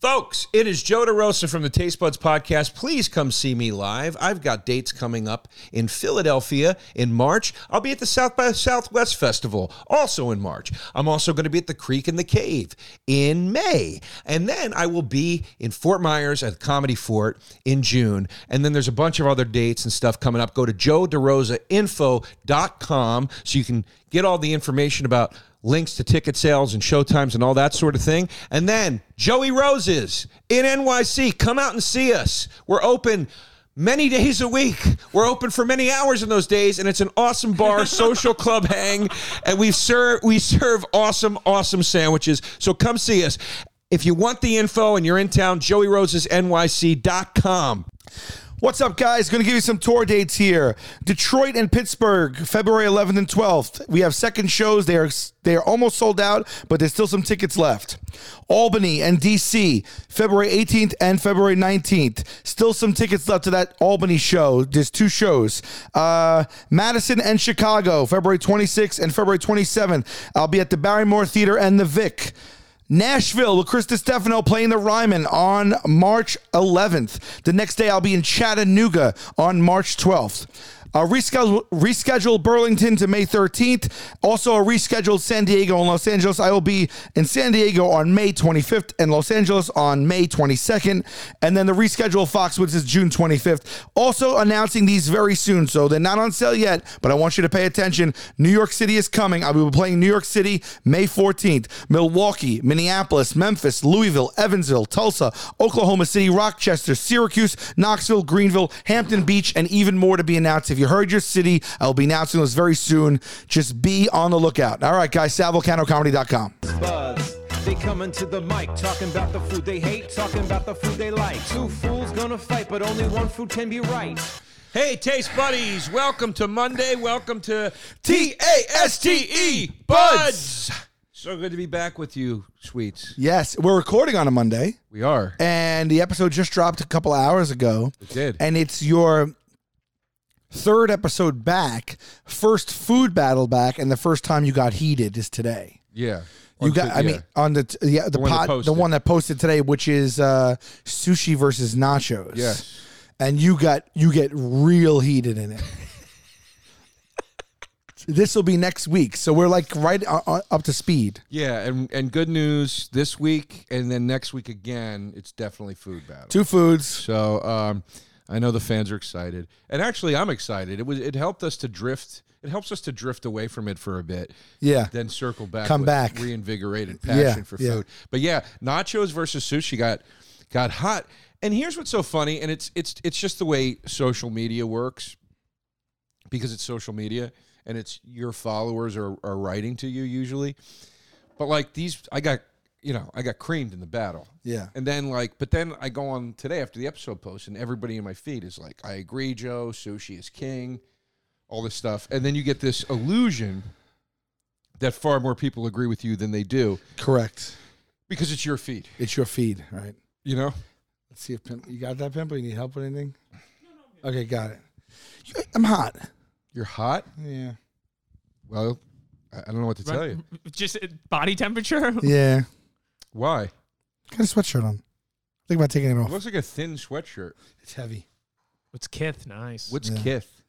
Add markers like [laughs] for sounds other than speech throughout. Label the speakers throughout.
Speaker 1: Folks, it is Joe DeRosa from the Taste Buds Podcast. Please come see me live. I've got dates coming up in Philadelphia in March. I'll be at the South by Southwest Festival also in March. I'm also going to be at the Creek in the Cave in May. And then I will be in Fort Myers at Comedy Fort in June. And then there's a bunch of other dates and stuff coming up. Go to joederosainfo.com so you can get all the information about links to ticket sales and showtimes and all that sort of thing. And then Joey Roses in NYC, come out and see us. We're open many days a week. We're open for many hours in those days, and it's an awesome bar, social club hang, and we serve we serve awesome, awesome sandwiches. So come see us. If you want the info and you're in town, joeyrosesnyc.com.
Speaker 2: What's up, guys? Going to give you some tour dates here. Detroit and Pittsburgh, February 11th and 12th. We have second shows. They are they are almost sold out, but there's still some tickets left. Albany and DC, February 18th and February 19th. Still some tickets left to that Albany show. There's two shows. Uh, Madison and Chicago, February 26th and February 27th. I'll be at the Barrymore Theater and the Vic. Nashville with Chris Stefano playing the Ryman on March 11th. The next day, I'll be in Chattanooga on March 12th. Uh, reschedule, reschedule Burlington to May 13th. Also, a rescheduled San Diego and Los Angeles. I will be in San Diego on May 25th and Los Angeles on May 22nd. And then the rescheduled Foxwoods is June 25th. Also, announcing these very soon. So they're not on sale yet, but I want you to pay attention. New York City is coming. I will be playing New York City May 14th, Milwaukee, Minneapolis, Memphis, Louisville, Evansville, Tulsa, Oklahoma City, Rochester, Syracuse, Knoxville, Greenville, Hampton Beach, and even more to be announced. If you heard your city, I'll be announcing those very soon. Just be on the lookout. All right, guys, SalvolcanoComedy.com.
Speaker 3: Buds. They coming to the mic, talking about the food they hate, talking about the food they like. Two fools gonna fight, but only one food can be right.
Speaker 1: Hey, Taste Buddies, welcome to Monday. Welcome to
Speaker 2: T A S T E, Buds.
Speaker 1: So good to be back with you, sweets.
Speaker 2: Yes, we're recording on a Monday,
Speaker 1: We are.
Speaker 2: and the episode just dropped a couple hours ago. It
Speaker 1: did.
Speaker 2: And it's your third episode back, first food battle back, and the first time you got heated is today.
Speaker 1: Yeah.
Speaker 2: You got, I mean, on the t- yeah, the,
Speaker 1: one that
Speaker 2: pod, the
Speaker 1: posted.
Speaker 2: one that posted today, which is uh, sushi versus nachos.
Speaker 1: Yes.
Speaker 2: and you got you get real heated in it. this will be next week, so we're like right uh, uh, up to speed.
Speaker 1: Yeah, and and good news this week, and then next week again, it's definitely food battle.
Speaker 2: Two foods.
Speaker 1: So um, I know the fans are excited, and actually, I'm excited. It was it helped us to drift. It helps us to drift away from it for a bit.
Speaker 2: Yeah.
Speaker 1: Then circle back.
Speaker 2: Come
Speaker 1: with
Speaker 2: back.
Speaker 1: Reinvigorated passion for
Speaker 2: yeah.
Speaker 1: food. But yeah, nachos versus sushi got got hot. And here's what's so funny, and it's it's it's just the way social media works because it's social media and it's your followers are, are writing to you usually. But like these, I got you know I got creamed in the battle.
Speaker 2: Yeah.
Speaker 1: And then like, but then I go on today after the episode post, and everybody in my feed is like, "I agree, Joe. Sushi is king." All this stuff, and then you get this illusion that far more people agree with you than they do
Speaker 2: Correct.
Speaker 1: because it's your feed.
Speaker 2: It's your feed, right?
Speaker 1: You know,
Speaker 2: Let's see if pimp, you got that pimple. You need help with anything? Okay, got it. You- I'm hot.
Speaker 1: you're hot.
Speaker 2: Yeah.
Speaker 1: Well, I I don't know what to tell you.
Speaker 4: Just uh, body temperature.
Speaker 2: Yeah.
Speaker 1: Why?
Speaker 2: Got a sweatshirt on. Think about taking it
Speaker 1: It
Speaker 2: off.
Speaker 1: looks like a thin sweatshirt.
Speaker 2: It's heavy.
Speaker 4: What's Kith? Nice.
Speaker 1: What's
Speaker 2: Yeah.
Speaker 1: Kith?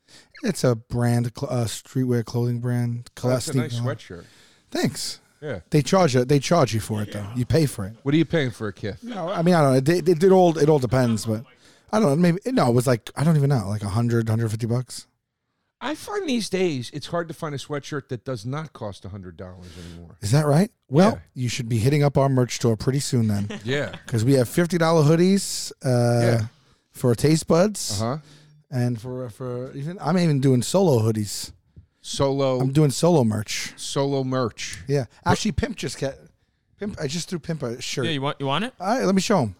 Speaker 2: It's a brand, cl- uh, streetwear clothing brand.
Speaker 1: That's a
Speaker 2: Celestine.
Speaker 1: nice sweatshirt.
Speaker 2: Thanks.
Speaker 1: Yeah.
Speaker 2: They charge you. They charge you for it though. You pay for it.
Speaker 1: What are you paying for a Kith?
Speaker 2: No, I mean I don't know. It, it, it all it all depends, but I don't know. Maybe no, it was like I don't even know, like 100, 150 bucks.
Speaker 1: I find these days it's hard to find a sweatshirt that does not cost hundred dollars anymore.
Speaker 2: Is that right? Well,
Speaker 1: Yeah.
Speaker 2: you should be hitting up our merch store pretty soon then,
Speaker 1: Yeah.
Speaker 2: because we have fifty dollar hoodies uh,
Speaker 1: Yeah.
Speaker 2: for taste buds,
Speaker 1: Uh huh.
Speaker 2: and for for even I'm even doing solo hoodies.
Speaker 1: Solo
Speaker 2: I'm doing solo merch.
Speaker 1: solo merch.
Speaker 2: Yeah, actually, Pimp just got Pimp. I just threw Pimp a shirt.
Speaker 4: Yeah, you want you want it?
Speaker 2: All right, let me show him.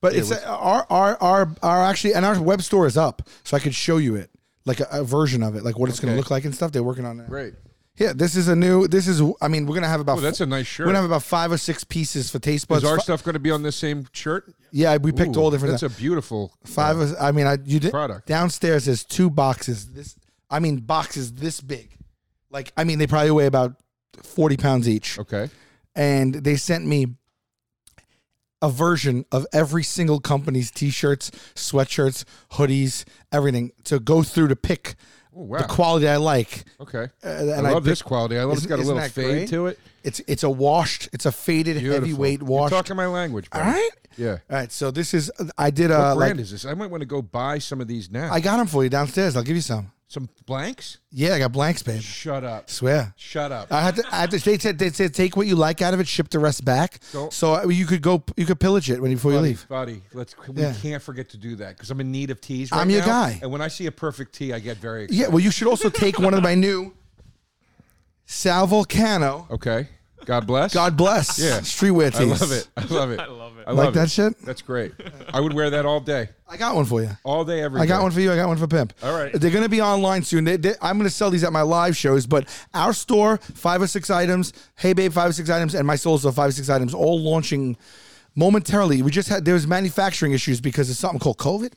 Speaker 2: But it's uh, our, our our our actually and our web store is up, so I could show you it, like a, a version of it, like what it's going
Speaker 1: Okay.
Speaker 2: to look like and stuff. They're working on it.
Speaker 1: Great.
Speaker 2: Yeah, this is a new. This is. I mean, we're gonna have about.
Speaker 1: Oh, that's a nice
Speaker 2: We're gonna
Speaker 1: shirt.
Speaker 2: have about five or six pieces for taste buds.
Speaker 1: Is our
Speaker 2: Fi-
Speaker 1: stuff going to be on this same shirt?
Speaker 2: yeah, we picked all
Speaker 1: Ooh,
Speaker 2: different.
Speaker 1: That's a beautiful
Speaker 2: five. Of, I mean, I you did
Speaker 1: Product.
Speaker 2: downstairs. There's two boxes. This. I mean, boxes this big. Like, I mean, they probably weigh about forty pounds each.
Speaker 1: Okay.
Speaker 2: and they sent me a version of every single company's t-shirts, sweatshirts, hoodies, everything to go through to pick
Speaker 1: Oh, wow.
Speaker 2: the quality I like.
Speaker 1: Okay.
Speaker 2: and
Speaker 1: I
Speaker 2: I
Speaker 1: love this
Speaker 2: picked-
Speaker 1: quality. I love it's
Speaker 2: Isn't-
Speaker 1: got a
Speaker 2: isn't
Speaker 1: little
Speaker 2: that
Speaker 1: fade
Speaker 2: great?
Speaker 1: to it.
Speaker 2: It's it's a washed, it's a faded
Speaker 1: Beautiful.
Speaker 2: heavyweight
Speaker 1: You're
Speaker 2: washed.
Speaker 1: talking my language.
Speaker 2: All
Speaker 1: Bro.
Speaker 2: right.
Speaker 1: Yeah.
Speaker 2: All right. So this is I did uh
Speaker 1: what brand
Speaker 2: like
Speaker 1: is this? I might want to go buy some of these now.
Speaker 2: I got them for you downstairs. I'll give you some.
Speaker 1: some blanks?
Speaker 2: Yeah, I got blanks, babe.
Speaker 1: Shut up.
Speaker 2: Swear.
Speaker 1: Shut up.
Speaker 2: I had to. I had to. They said, they said take what you like out of it, ship the rest back.
Speaker 1: Go-
Speaker 2: So uh, you could go. You could pillage it when you- before you
Speaker 1: buddy,
Speaker 2: leave.
Speaker 1: buddy, let's. We
Speaker 2: Yeah.
Speaker 1: can't forget to do that because I'm in need of teas. Right
Speaker 2: I'm your
Speaker 1: now,
Speaker 2: guy.
Speaker 1: And when I see a perfect tea, I get very excited.
Speaker 2: Yeah. Well, you should also take one of my new Sal Volcano.
Speaker 1: Okay. God bless.
Speaker 2: God bless.
Speaker 1: Yeah.
Speaker 2: Streetwear
Speaker 1: I
Speaker 2: tees.
Speaker 1: love it. I
Speaker 4: [laughs]
Speaker 1: love it. I
Speaker 4: love it.
Speaker 1: I
Speaker 2: Like
Speaker 1: love
Speaker 2: that
Speaker 1: it.
Speaker 2: shit?
Speaker 1: That's great. I would wear that all day,
Speaker 2: I got one for you.
Speaker 1: all day, every day.
Speaker 2: I got one for you. I got one for Pimp.
Speaker 1: All right.
Speaker 2: They're going to be online soon. They, they- I'm going to sell these at my live shows, but our store, five or six items, Hey Babe, five or six items, and my soul store, five or six items, all launching momentarily. We just had, there was manufacturing issues because of something called COVID.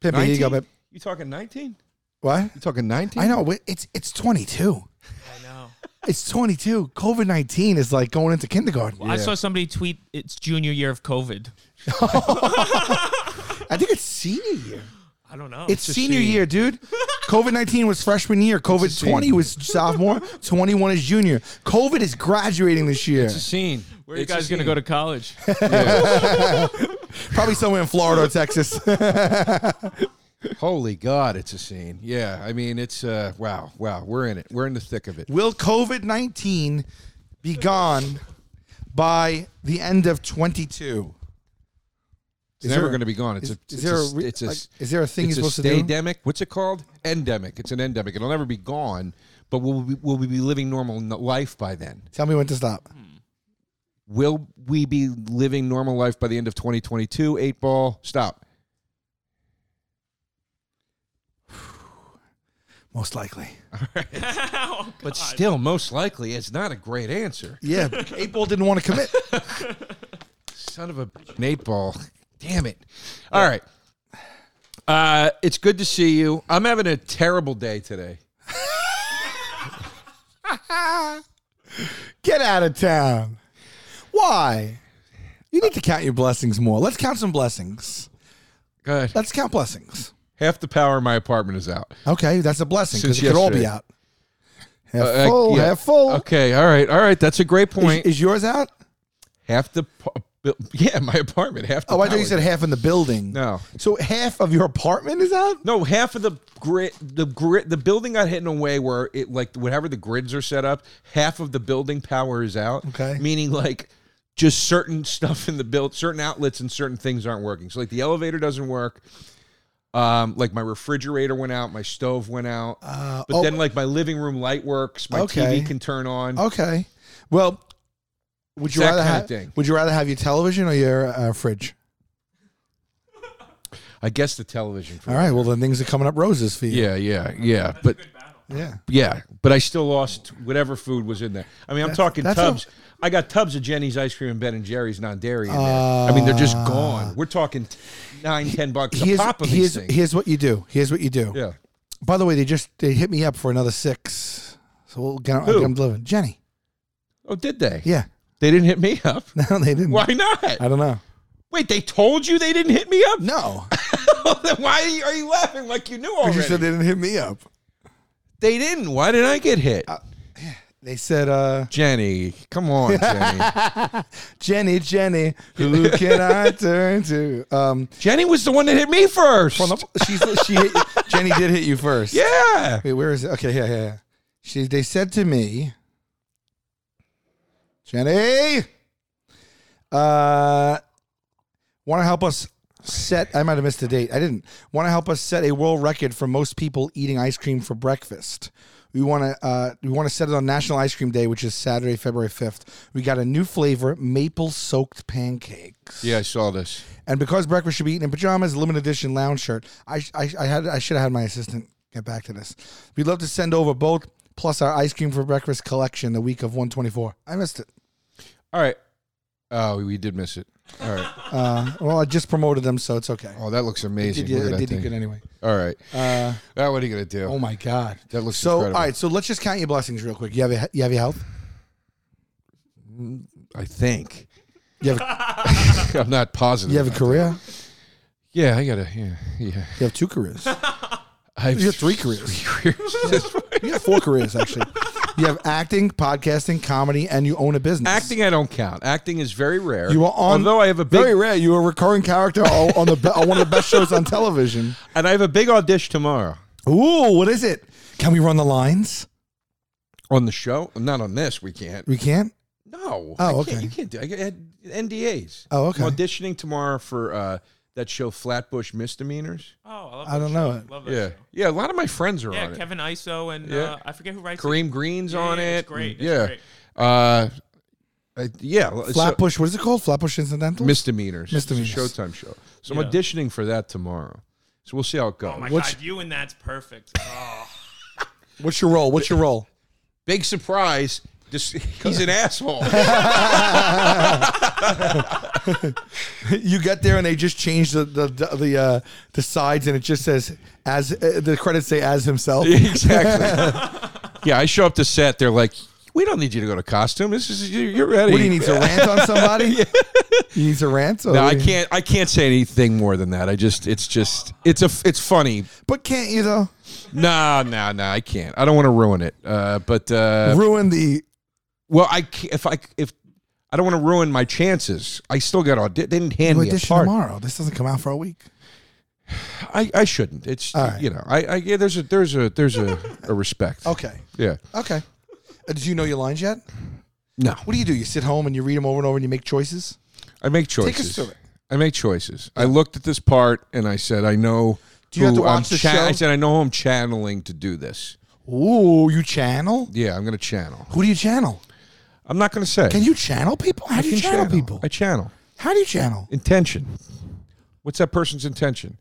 Speaker 2: Pimp, here you go,
Speaker 1: 19?
Speaker 2: Pimp.
Speaker 1: You talking 19?
Speaker 2: What?
Speaker 1: You talking 19?
Speaker 2: I know. but It's, it's 22.
Speaker 4: I know.
Speaker 2: It's 22. COVID 19 is like going into kindergarten.
Speaker 4: I saw somebody tweet it's junior year of COVID.
Speaker 2: I think it's senior year.
Speaker 4: I don't know.
Speaker 2: It's senior year, dude.
Speaker 1: [laughs]
Speaker 2: COVID 19 was freshman year. COVID 20 was sophomore. 21 is junior. COVID is graduating this year.
Speaker 1: It's a scene.
Speaker 4: Where are you guys going to go
Speaker 2: [laughs]
Speaker 4: to college?
Speaker 2: Probably somewhere in Florida or Texas.
Speaker 1: [laughs] Holy God, it's a scene. Yeah, I mean, it's uh, wow, wow. We're in it. We're in the thick of it.
Speaker 2: Will COVID 19 be gone by the end of 22?
Speaker 1: It's never going to be gone. It's a.
Speaker 2: is- is
Speaker 1: it's
Speaker 2: there a
Speaker 1: s-
Speaker 2: re-
Speaker 1: it's a
Speaker 2: like,
Speaker 1: s-
Speaker 2: is there a thing
Speaker 1: it's
Speaker 2: you're supposed to do?
Speaker 1: stay-demic? What's it called? Endemic. It's an endemic. It'll never be gone, but will we, will we be living normal n- life by then?
Speaker 2: Tell me when to stop.
Speaker 1: Will we be living normal life by the end of 2022? Eight ball. Stop. [laughs]
Speaker 2: Most likely.
Speaker 1: But still, most likely, it's not a great answer.
Speaker 2: Yeah. Eight Ball didn't want to commit.
Speaker 1: Son of a bitch, an eight ball. [laughs] Damn it. All right. Uh, it's good to see you. I'm having a terrible day today.
Speaker 2: Get out of town. Why? You need to count your blessings more. Let's count some blessings.
Speaker 1: Go ahead.
Speaker 2: Let's count blessings.
Speaker 1: Half the power in my apartment is out.
Speaker 2: Okay, that's a blessing because
Speaker 1: Since
Speaker 2: it could all be
Speaker 1: yesterday.
Speaker 2: out. Half
Speaker 1: Uh,
Speaker 2: full,
Speaker 1: yeah.
Speaker 2: half full.
Speaker 1: Okay. All right. All right. That's a great
Speaker 2: Is,
Speaker 1: point.
Speaker 2: is yours out?
Speaker 1: half the. pa- bu- Yeah, my apartment. Half the.
Speaker 2: Oh, I thought you
Speaker 1: power.
Speaker 2: said half in the building.
Speaker 1: No.
Speaker 2: So half of your apartment is out?
Speaker 1: No, half of the grid, the grid, the building got hit in a way where it like whatever the grids are set up, half of the building power is out.
Speaker 2: Okay.
Speaker 1: meaning like just certain [laughs] stuff in the build, certain outlets and certain things aren't working. So like the elevator doesn't work. Um, like my refrigerator went out, my stove went out, uh, but
Speaker 2: oh.
Speaker 1: then like my living room light works, my
Speaker 2: Okay. Oh.
Speaker 1: TV can turn on.
Speaker 2: Okay. Well, would you
Speaker 1: That
Speaker 2: rather
Speaker 1: kinda
Speaker 2: have
Speaker 1: thing.
Speaker 2: would you rather have your television or your uh, fridge?
Speaker 1: I guess the television. For
Speaker 2: All right. Well, then things are coming up roses for you.
Speaker 1: Yeah, yeah, yeah, but
Speaker 2: Yeah.
Speaker 1: yeah, but I still lost whatever food was in there. I mean, I'm talking
Speaker 2: that's
Speaker 1: tubs. I got tubs of Jenny's ice cream and Ben and Jerry's non-dairy in there. I mean, they're just gone. We're talking t- nine, ten bucks a
Speaker 2: Uh, Here's,
Speaker 1: pop of
Speaker 2: here's,
Speaker 1: these things.
Speaker 2: here's what you do. Here's what you do.
Speaker 1: yeah,
Speaker 2: By the way, they just they hit me up for another six. So we'll get,
Speaker 1: Who?
Speaker 2: get them delivered. Jenny.
Speaker 1: Oh, did they?
Speaker 2: Yeah. [laughs]
Speaker 1: They didn't hit me up.
Speaker 2: No, they didn't.
Speaker 1: Why not?
Speaker 2: I don't know.
Speaker 1: Wait, they told you they didn't hit me up.
Speaker 2: [laughs] No.
Speaker 1: [laughs] then why are you, are you laughing like you knew
Speaker 2: Because
Speaker 1: already?
Speaker 2: you said they didn't hit me up.
Speaker 1: they didn't. Why did I get hit?
Speaker 2: Uh, They said, uh,
Speaker 1: Jenny, come
Speaker 2: [laughs]
Speaker 1: on, Jenny.
Speaker 2: Jenny, Jenny, who can I turn to? Um,
Speaker 1: Jenny was the one that hit me first.
Speaker 2: she's
Speaker 1: [laughs]
Speaker 2: she hit, Jenny did hit you first.
Speaker 1: yeah.
Speaker 2: Wait, where is it? Okay, yeah, yeah, yeah. She they said to me, Jenny, uh, want to help us set? I might have missed the date. I didn't want to help us set a world record for most people eating ice cream for breakfast. We want to uh, we want to set it on National Ice Cream Day, which is Saturday, February fifth. We got a new flavor: maple soaked pancakes.
Speaker 1: Yeah, I saw this.
Speaker 2: And because breakfast should be eaten in pajamas, limited edition lounge shirt. I I, I had I should have had my assistant get back to this. We'd love to send over both plus our ice cream for breakfast collection the week of 124. I missed it.
Speaker 1: All right. Oh, we did miss it. All right.
Speaker 2: Well, I just promoted them, so it's okay.
Speaker 1: Oh, that looks amazing.
Speaker 2: Did you,
Speaker 1: Look at that
Speaker 2: did you
Speaker 1: thing.
Speaker 2: good anyway?
Speaker 1: All right. Uh, now what are you gonna do?
Speaker 2: Oh my god,
Speaker 1: That looks
Speaker 2: so.
Speaker 1: incredible.
Speaker 2: All right, so let's just count your blessings real quick. You have your, you have your health.
Speaker 1: I think [laughs]
Speaker 2: You have,
Speaker 1: I'm not positive.
Speaker 2: you have a career.
Speaker 1: yeah, I gotta. Yeah, yeah.
Speaker 2: You have two careers.
Speaker 1: I
Speaker 2: You have
Speaker 1: [laughs]
Speaker 2: three careers. [laughs]
Speaker 1: careers.
Speaker 2: You have four careers actually. You have acting, podcasting, comedy, and you own a business.
Speaker 1: Acting, I don't count. Acting is very rare.
Speaker 2: You are on.
Speaker 1: Although I have a big
Speaker 2: very rare. You are a recurring character on on the be- on one of the [laughs] best shows on television.
Speaker 1: and I have a big audition tomorrow
Speaker 2: Ooh, what is it? Can we run the lines?
Speaker 1: on the show. Not on this. We can't.
Speaker 2: We can't.
Speaker 1: No.
Speaker 2: Oh,
Speaker 1: I can't-
Speaker 2: okay.
Speaker 1: You can't do. I had NDAs.
Speaker 2: Oh, okay.
Speaker 1: I'm auditioning tomorrow for uh, that show, Flatbush Misdemeanors.
Speaker 4: Oh, I, love
Speaker 2: I don't
Speaker 4: that
Speaker 2: know
Speaker 4: show.
Speaker 2: it.
Speaker 4: Love that
Speaker 1: Yeah,
Speaker 4: show.
Speaker 1: yeah. A lot of my friends are
Speaker 4: Yeah,
Speaker 1: on it.
Speaker 4: Kevin Iso and
Speaker 1: Yeah.
Speaker 4: uh, I forget who writes it.
Speaker 1: Kareem Green's
Speaker 4: Yeah,
Speaker 1: on
Speaker 4: yeah,
Speaker 1: it.
Speaker 4: it's great, it's
Speaker 1: yeah.
Speaker 4: great.
Speaker 1: Uh, I- yeah. so-
Speaker 2: Flatbush. what is it called? Flatbush Incidental.
Speaker 1: misdemeanors. It's a
Speaker 2: Misdemeanors.
Speaker 1: Showtime show. So I'm
Speaker 4: Yeah.
Speaker 1: auditioning for that tomorrow. So we'll see how it goes.
Speaker 4: Oh my
Speaker 2: What's-
Speaker 4: god, you and that's perfect. Oh,
Speaker 2: What's your role? What's your [laughs] role?
Speaker 1: Big surprise. Just, [laughs] he's an
Speaker 2: [laughs]
Speaker 1: asshole.
Speaker 2: you get there and they just change the the the, the, uh, the sides and it just says as uh, the credits say as himself.
Speaker 1: exactly. yeah, I show up to set. They're like, "We don't need you to go to costume. This is you- you're ready."
Speaker 2: What do you need to rant on [laughs] somebody? You need to rant. Or
Speaker 1: No, I can't. I can't say anything more than that. I just, it's just, it's a, it's funny.
Speaker 2: But can't you though?
Speaker 1: No, no, no. I can't. I don't want to ruin it. Uh, but uh,
Speaker 2: Ruin the
Speaker 1: well, I ca- if I if I don't want to ruin my chances. I still got audi- They didn't hand
Speaker 2: you
Speaker 1: me a
Speaker 2: audition
Speaker 1: part.
Speaker 2: tomorrow. This doesn't come out for a week.
Speaker 1: I, I shouldn't. It's
Speaker 2: All right.
Speaker 1: you know. I, I yeah. There's a there's a there's a, a respect.
Speaker 2: Okay.
Speaker 1: Yeah.
Speaker 2: Okay. Uh, did you know your lines yet?
Speaker 1: No.
Speaker 2: What do you do? You sit home and you read them over and over and you make choices.
Speaker 1: I make
Speaker 2: us
Speaker 1: choices.
Speaker 2: through it.
Speaker 1: I make choices. I looked at this part and I said, I know.
Speaker 2: Do you have
Speaker 1: who
Speaker 2: to watch
Speaker 1: I'm
Speaker 2: the
Speaker 1: chan-
Speaker 2: show?
Speaker 1: I said, I know who I'm channeling to do this.
Speaker 2: Ooh, you channel.
Speaker 1: Yeah, I'm going to channel.
Speaker 2: Who do you channel?
Speaker 1: I'm not going to say.
Speaker 2: Can you channel people? How do you
Speaker 1: I can
Speaker 2: channel, people?
Speaker 1: I channel
Speaker 2: How do you channel?
Speaker 1: [laughs] intention. What's that person's intention?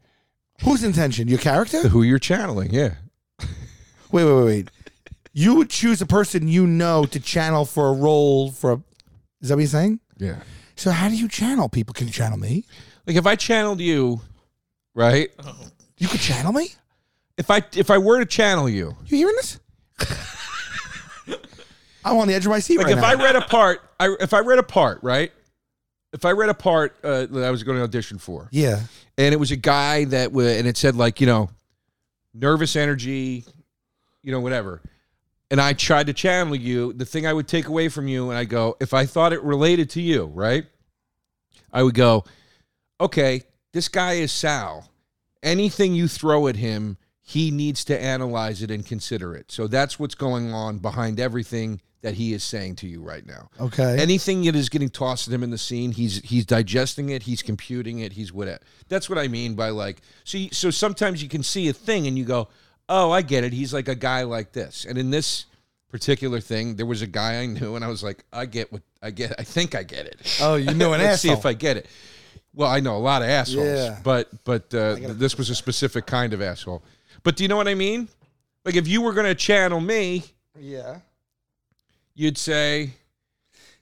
Speaker 2: Whose intention? Your character?
Speaker 1: Who you're channeling? Yeah.
Speaker 2: Wait, wait, wait, wait. You would choose a person you know to channel for a role for a. Is that what you're saying?
Speaker 1: Yeah.
Speaker 2: So how do you channel people? Can you channel me?
Speaker 1: Like if I channeled you, right?
Speaker 2: You could channel me.
Speaker 1: If I if I were to channel you,
Speaker 2: You hearing
Speaker 1: [laughs]
Speaker 2: this? I'm on the edge of my seat
Speaker 1: like
Speaker 2: right
Speaker 1: if
Speaker 2: now.
Speaker 1: I read a part, I if I read a part, right? If I read a part uh, that I was going to audition for,
Speaker 2: yeah.
Speaker 1: and it was a guy that was, and it said like you know, nervous energy, you know whatever, and I tried to channel you. The thing I would take away from you, and I go, if I thought it related to you, right? I would go, okay, this guy is Sal. Anything you throw at him, he needs to analyze it and consider it. So that's what's going on behind everything that he is saying to you right now.
Speaker 2: Okay.
Speaker 1: Anything that is getting tossed at him in the scene, he's he's digesting it, he's computing it, he's whatever. That's what I mean by like. See, so sometimes you can see a thing and you go, "Oh, I get it. He's like a guy like this." And in this particular thing, there was a guy I knew, and I was like, "I get what I get. I think I get it."
Speaker 2: oh, you know
Speaker 1: [laughs]
Speaker 2: an
Speaker 1: Let's
Speaker 2: asshole.
Speaker 1: see if I get it. Well, I know a lot of assholes,
Speaker 2: Yeah.
Speaker 1: but but uh, this was a specific kind of asshole. But do you know what I mean? Like if you were going to channel me,
Speaker 2: yeah.
Speaker 1: you'd say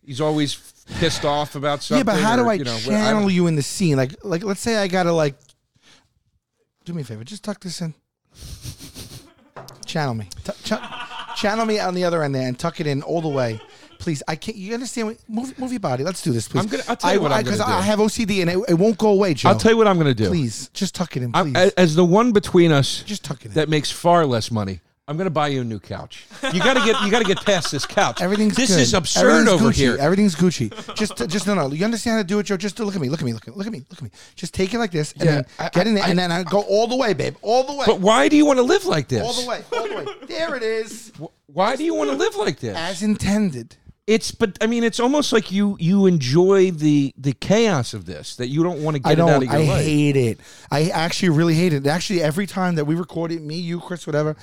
Speaker 1: he's always pissed off about something.
Speaker 2: Yeah, but how
Speaker 1: or,
Speaker 2: do I
Speaker 1: you know, well,
Speaker 2: channel
Speaker 1: don't-
Speaker 2: you in the scene? Like, like let's say I gotta like. Do me a favor. Just tuck this in. Channel me. Tu- cha- channel me on the other end there and tuck it in all the way. Please, I can't. You understand? What, move, move your body. Let's do this, please.
Speaker 1: I'm gonna- I'll tell you what I'm gonna
Speaker 2: because I,
Speaker 1: do.
Speaker 2: have OCD and it, it won't go away, Joe.
Speaker 1: I'll tell you what I'm going to do.
Speaker 2: Please, just tuck it in,
Speaker 1: I'm,
Speaker 2: please.
Speaker 1: a- as the one between us
Speaker 2: just tuck it in.
Speaker 1: that makes far less money. I'm gonna buy you a new couch. You gotta get you gotta get past this couch.
Speaker 2: Everything's
Speaker 1: this
Speaker 2: good.
Speaker 1: is absurd
Speaker 2: Everything's
Speaker 1: over
Speaker 2: Gucci.
Speaker 1: here.
Speaker 2: Everything's Gucci. Just, just no, no. You understand how to do it, Joe? Just look at me. Look at me. Look at, look at me. Look at me. Just take it like this, and
Speaker 1: Yeah,
Speaker 2: then
Speaker 1: I-
Speaker 2: get in there,
Speaker 1: I-
Speaker 2: and then I go all the way, babe, all the way,
Speaker 1: but why do you want to live like this?
Speaker 2: all the way, all the way. There it is,
Speaker 1: Why do you want to live like this?
Speaker 2: as intended.
Speaker 1: It's but I mean it's almost like you you enjoy the the chaos of this that you don't want to get
Speaker 2: I
Speaker 1: it out
Speaker 2: don't.
Speaker 1: of your
Speaker 2: I
Speaker 1: life.
Speaker 2: hate it. I actually really hate it. Actually, every time that we record it, me, you, Chris, whatever,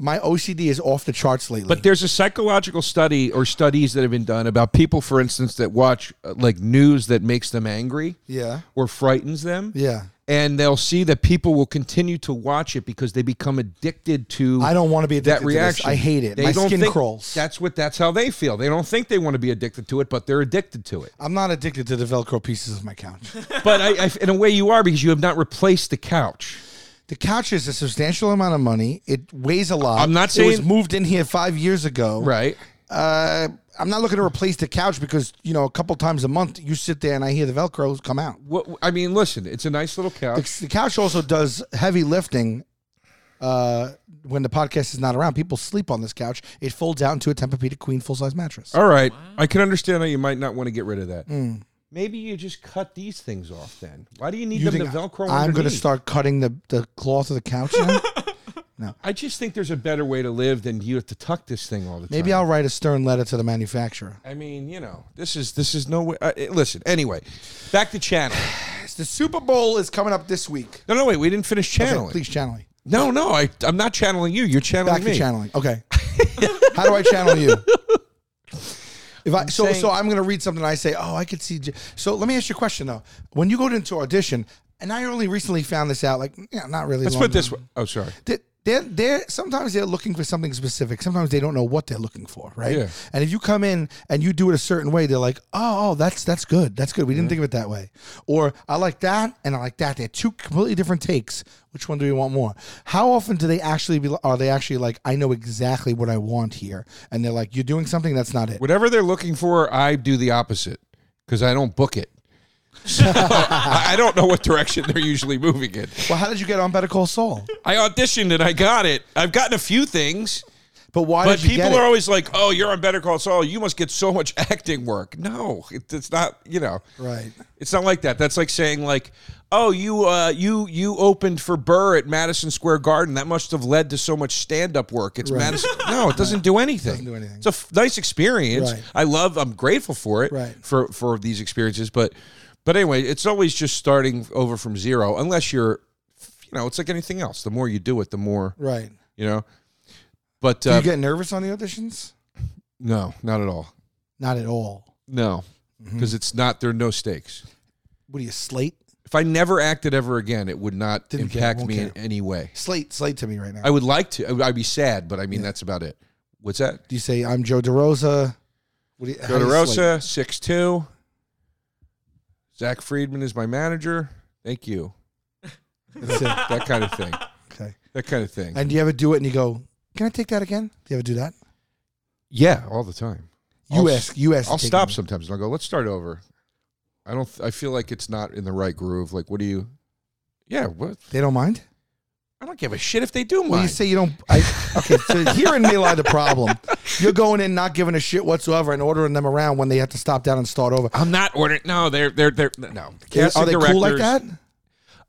Speaker 2: my OCD is off the charts lately.
Speaker 1: but there's a psychological study or studies that have been done about people, for instance, that watch uh, like news that makes them angry,
Speaker 2: Yeah.
Speaker 1: or frightens them,
Speaker 2: Yeah.
Speaker 1: and they'll see that people will continue to watch it because they become addicted to.
Speaker 2: I don't wanna be
Speaker 1: that
Speaker 2: addicted to this.
Speaker 1: reaction.
Speaker 2: I hate it. My
Speaker 1: don't
Speaker 2: skin
Speaker 1: think-
Speaker 2: crawls.
Speaker 1: That's what. That's how they feel. They don't think they want to be addicted to it, but they're addicted to it. [laughs]
Speaker 2: I'm not addicted to the Velcro pieces of my couch.
Speaker 1: but I, I, in a way, you are because you have not replaced the couch.
Speaker 2: The couch is a substantial amount of money. It weighs a lot.
Speaker 1: I'm not
Speaker 2: It was
Speaker 1: saying-
Speaker 2: moved in here five years ago.
Speaker 1: Right.
Speaker 2: Uh, I'm not looking to replace the couch because you know a couple times a month you sit there and I hear the Velcros come out.
Speaker 1: What, I mean, listen, it's a nice little couch.
Speaker 2: The, the couch also does heavy lifting. Uh, when the podcast is not around, people sleep on this couch. It folds out into a Tempur-Pedic queen full size mattress.
Speaker 1: All right. I can understand how you might not want to get rid of that.
Speaker 2: Hmm.
Speaker 1: Maybe you just cut these things off then. Why do you need
Speaker 2: You
Speaker 1: them
Speaker 2: think
Speaker 1: to Velcro
Speaker 2: I'm going to
Speaker 1: underneath?
Speaker 2: start cutting the, the cloth of the couch [laughs] now?
Speaker 1: I just think there's a better way to live than you have to tuck this thing all the time.
Speaker 2: Maybe I'll write a stern letter to the manufacturer.
Speaker 1: I mean, you know, this is this is no way. Uh, listen, anyway, back to channel.
Speaker 2: The Super Bowl is coming up this week.
Speaker 1: No, no, wait, we didn't finish channeling.
Speaker 2: Okay, please channel me.
Speaker 1: No, no, I, I'm not channeling you. You're channeling
Speaker 2: Back
Speaker 1: me.
Speaker 2: to channeling. Okay. [laughs] How do I channel you? If I, so,
Speaker 1: saying-
Speaker 2: so I'm going to read something. and I say, oh, I could see. J-. So let me ask you a question though. When you go into audition, and I only recently found this out, like yeah, not really.
Speaker 1: Let's
Speaker 2: long
Speaker 1: put it this
Speaker 2: ago.
Speaker 1: way. Oh, sorry.
Speaker 2: They- They're, they're sometimes they're looking for something specific. Sometimes they don't know what they're looking for, right?
Speaker 1: Yeah.
Speaker 2: And if you come in and you do it a certain way, they're like, "Oh, oh that's that's good. That's good. We didn't think of it that way." Or I like that and I like that. They're two completely different takes. Which one do we want more? How often do they actually be? Are they actually like, "I know exactly what I want here," and they're like, "You're doing something that's not it."
Speaker 1: Whatever they're looking for, I do the opposite because I don't book it. [laughs] So I I don't know what direction they're usually moving in.
Speaker 2: Well, how did you get on Better Call Saul?
Speaker 1: I auditioned and I got it. I've gotten a few things,
Speaker 2: But why
Speaker 1: but
Speaker 2: did you
Speaker 1: people
Speaker 2: get
Speaker 1: are
Speaker 2: it?
Speaker 1: always like, "Oh, you're on Better Call Saul. You must get so much [laughs] acting work." No, it, it's not. You know,
Speaker 2: Right.
Speaker 1: It's not like that. That's like saying like, "Oh, you uh, you you opened for Burr at Madison Square Garden. That must have led to so much stand up work." It's Madison. [laughs] No, it doesn't do anything.
Speaker 2: Doesn't do anything.
Speaker 1: It's a f- nice experience.
Speaker 2: Right.
Speaker 1: I love. I'm grateful for it.
Speaker 2: Right.
Speaker 1: For for these experiences, but but anyway, it's always just starting over from zero. Unless you're, you know, it's like anything else. The more you do it, the more
Speaker 2: Right.
Speaker 1: you know. But
Speaker 2: Do
Speaker 1: uh,
Speaker 2: you get nervous on the auditions?
Speaker 1: no, not at all. Mm-hmm.
Speaker 2: Not at all.
Speaker 1: No, because it's not. There are no stakes.
Speaker 2: What are you slate?
Speaker 1: If I never acted ever again, it would not
Speaker 2: Didn't care,
Speaker 1: impact
Speaker 2: won't
Speaker 1: me in
Speaker 2: care.
Speaker 1: any way.
Speaker 2: Slate, slate to me right now.
Speaker 1: I would like to. I would- I'd be sad, but I mean that's about it. What's that?
Speaker 2: Do you say I'm Joe DeRosa? What do you, how
Speaker 1: Joe
Speaker 2: do you slate?
Speaker 1: DeRosa, six two. Zach Friedman is my manager. Thank you.
Speaker 2: That's it.
Speaker 1: That kind of [laughs] thing.
Speaker 2: Okay.
Speaker 1: That kind of thing.
Speaker 2: And do you ever do it and you go, "Can I take that again?" Do you ever do that?
Speaker 1: yeah, all the time.
Speaker 2: You
Speaker 1: I'll-
Speaker 2: ask. You ask. to
Speaker 1: I'll
Speaker 2: take
Speaker 1: stop
Speaker 2: it.
Speaker 1: sometimes and I'll go. Let's start over. I don't. th- I feel like it's not in the right groove. Like, what do you? Yeah. What?
Speaker 2: They don't mind.
Speaker 1: I don't give a shit if they do
Speaker 2: Well,
Speaker 1: mine.
Speaker 2: you say you don't. I, okay.
Speaker 1: [laughs]
Speaker 2: So here in may lie the problem. You're going in not giving a shit whatsoever and ordering them around when they have to stop down and start over.
Speaker 1: I'm not ordering. No, they're they're they're no.
Speaker 2: Are they cool like
Speaker 1: directors-
Speaker 2: that?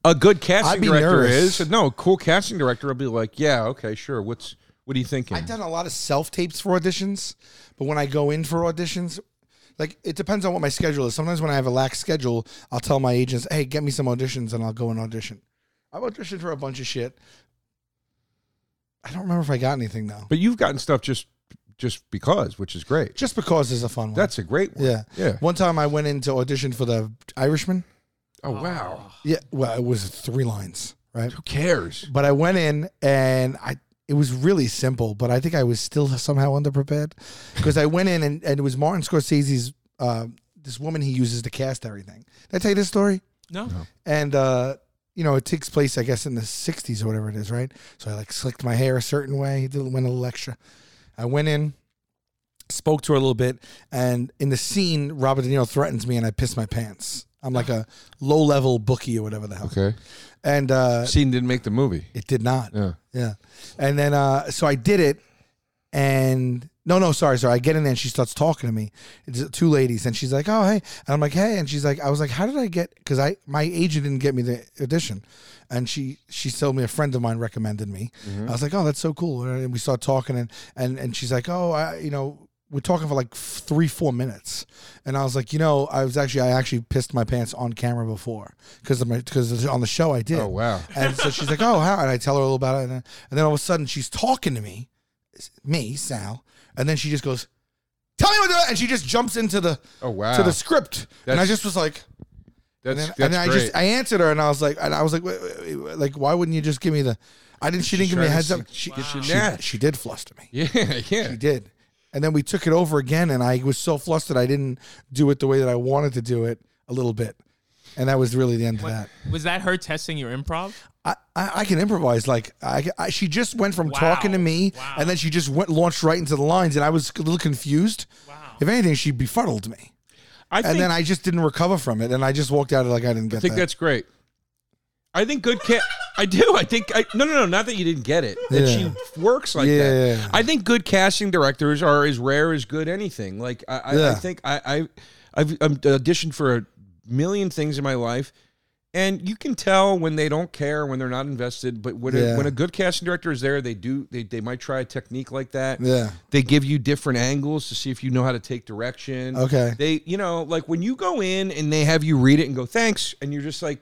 Speaker 1: a good casting
Speaker 2: I'd be
Speaker 1: director
Speaker 2: nervous.
Speaker 1: is no a cool casting director will be like yeah okay sure what's what are you thinking
Speaker 2: I've done a lot of self tapes for auditions, but when I go in for auditions, like it depends on what my schedule is. Sometimes when I have a lax schedule, I'll tell my agents, "Hey, get me some auditions," and I'll go and audition. I've auditioned for a bunch of shit. I don't remember if I got anything though.
Speaker 1: but you've gotten stuff just just because which is great
Speaker 2: Just because is a fun one.
Speaker 1: that's a great one
Speaker 2: yeah,
Speaker 1: yeah
Speaker 2: One time I went in to audition for the Irishman.
Speaker 1: oh wow
Speaker 2: Yeah, well, it was three lines, right?
Speaker 1: who cares
Speaker 2: But I went in and I it was really simple, but I think I was still somehow underprepared because I went in and, and it was Martin Scorsese's uh, this woman he uses to cast everything. Did I tell you this story?
Speaker 4: No.
Speaker 2: And uh, you know, it takes place I guess in the '60s or whatever it is, right? So I like slicked my hair a certain way. Did went a little extra. I went in, spoke to her a little bit, and in the scene, Robert De Niro threatens me, and I piss my pants. I'm like a low level bookie or whatever the hell.
Speaker 1: okay
Speaker 2: And uh,
Speaker 1: scene didn't make the movie
Speaker 2: it did not.
Speaker 1: yeah
Speaker 2: Yeah. And then uh so I did it and no, no, sorry, sorry. I get in there and she starts talking to me. It's two ladies and she's like, "Oh, hey," and I'm like, "Hey," and she's like, "I was like, how did I get? Because I my agent didn't get me the audition, and she she told me a friend of mine recommended me.
Speaker 1: Mm-hmm.
Speaker 2: I was like, "Oh, that's so cool," and we started talking and and and she's like, "Oh, I you know." We're talking for like f- three, four minutes, and I was like, you know, I was actually, I actually pissed my pants on camera before because of my because on the show I did.
Speaker 1: oh wow
Speaker 2: And so she's like, "Oh, how?" And I tell her all about it, and then, and then all of a sudden she's talking to me, me Sal, and then she just goes, "Tell me what to do," and she just jumps into the
Speaker 1: oh wow
Speaker 2: to the script, and I
Speaker 1: That's-
Speaker 2: just was like,
Speaker 1: that's
Speaker 2: and then,
Speaker 1: that's
Speaker 2: and then I
Speaker 1: great [laughs]
Speaker 2: just I answered her, and I was like, and I was like, wait, wait, wait, like why wouldn't you just give me the? I didn't. She didn't give me a
Speaker 1: trying
Speaker 2: heads
Speaker 1: to
Speaker 2: up.
Speaker 1: see-
Speaker 2: She,
Speaker 1: get you
Speaker 2: she,
Speaker 1: next.
Speaker 2: she did fluster me.
Speaker 1: yeah yeah
Speaker 2: She did. And then we took it over again, and I was so flustered I didn't do it the way that I wanted to do it a little bit, and that was really the end of that.
Speaker 4: Was that her testing your improv?
Speaker 2: I, I, I can improvise. Like I, I- she just went from
Speaker 4: Wow.
Speaker 2: talking to me,
Speaker 4: Wow.
Speaker 2: and then she just went launched right into the lines, and I was a little confused.
Speaker 4: Wow.
Speaker 2: If anything, she befuddled me,
Speaker 1: I think,
Speaker 2: and then I just didn't recover from it, and I just walked out like I didn't get
Speaker 1: I think
Speaker 2: that.
Speaker 1: that's great. I think good ca- I do. I think I, no, no, no. Not that you didn't get it. That
Speaker 2: Yeah.
Speaker 1: she works like
Speaker 2: Yeah,
Speaker 1: that.
Speaker 2: yeah, yeah.
Speaker 1: I think good casting directors are as rare as good anything. Like I, I, I
Speaker 2: Yeah.
Speaker 1: think I, I I've I'm auditioned for a million things in my life, and you can tell when they don't care, when they're not invested. But when
Speaker 2: Yeah.
Speaker 1: a, when a good casting director is there, they do they they might try a technique like that.
Speaker 2: Yeah.
Speaker 1: they give you different angles to see if you know how to take direction.
Speaker 2: Okay.
Speaker 1: they you know like when you go in and they have you read it and go thanks, and you're just like.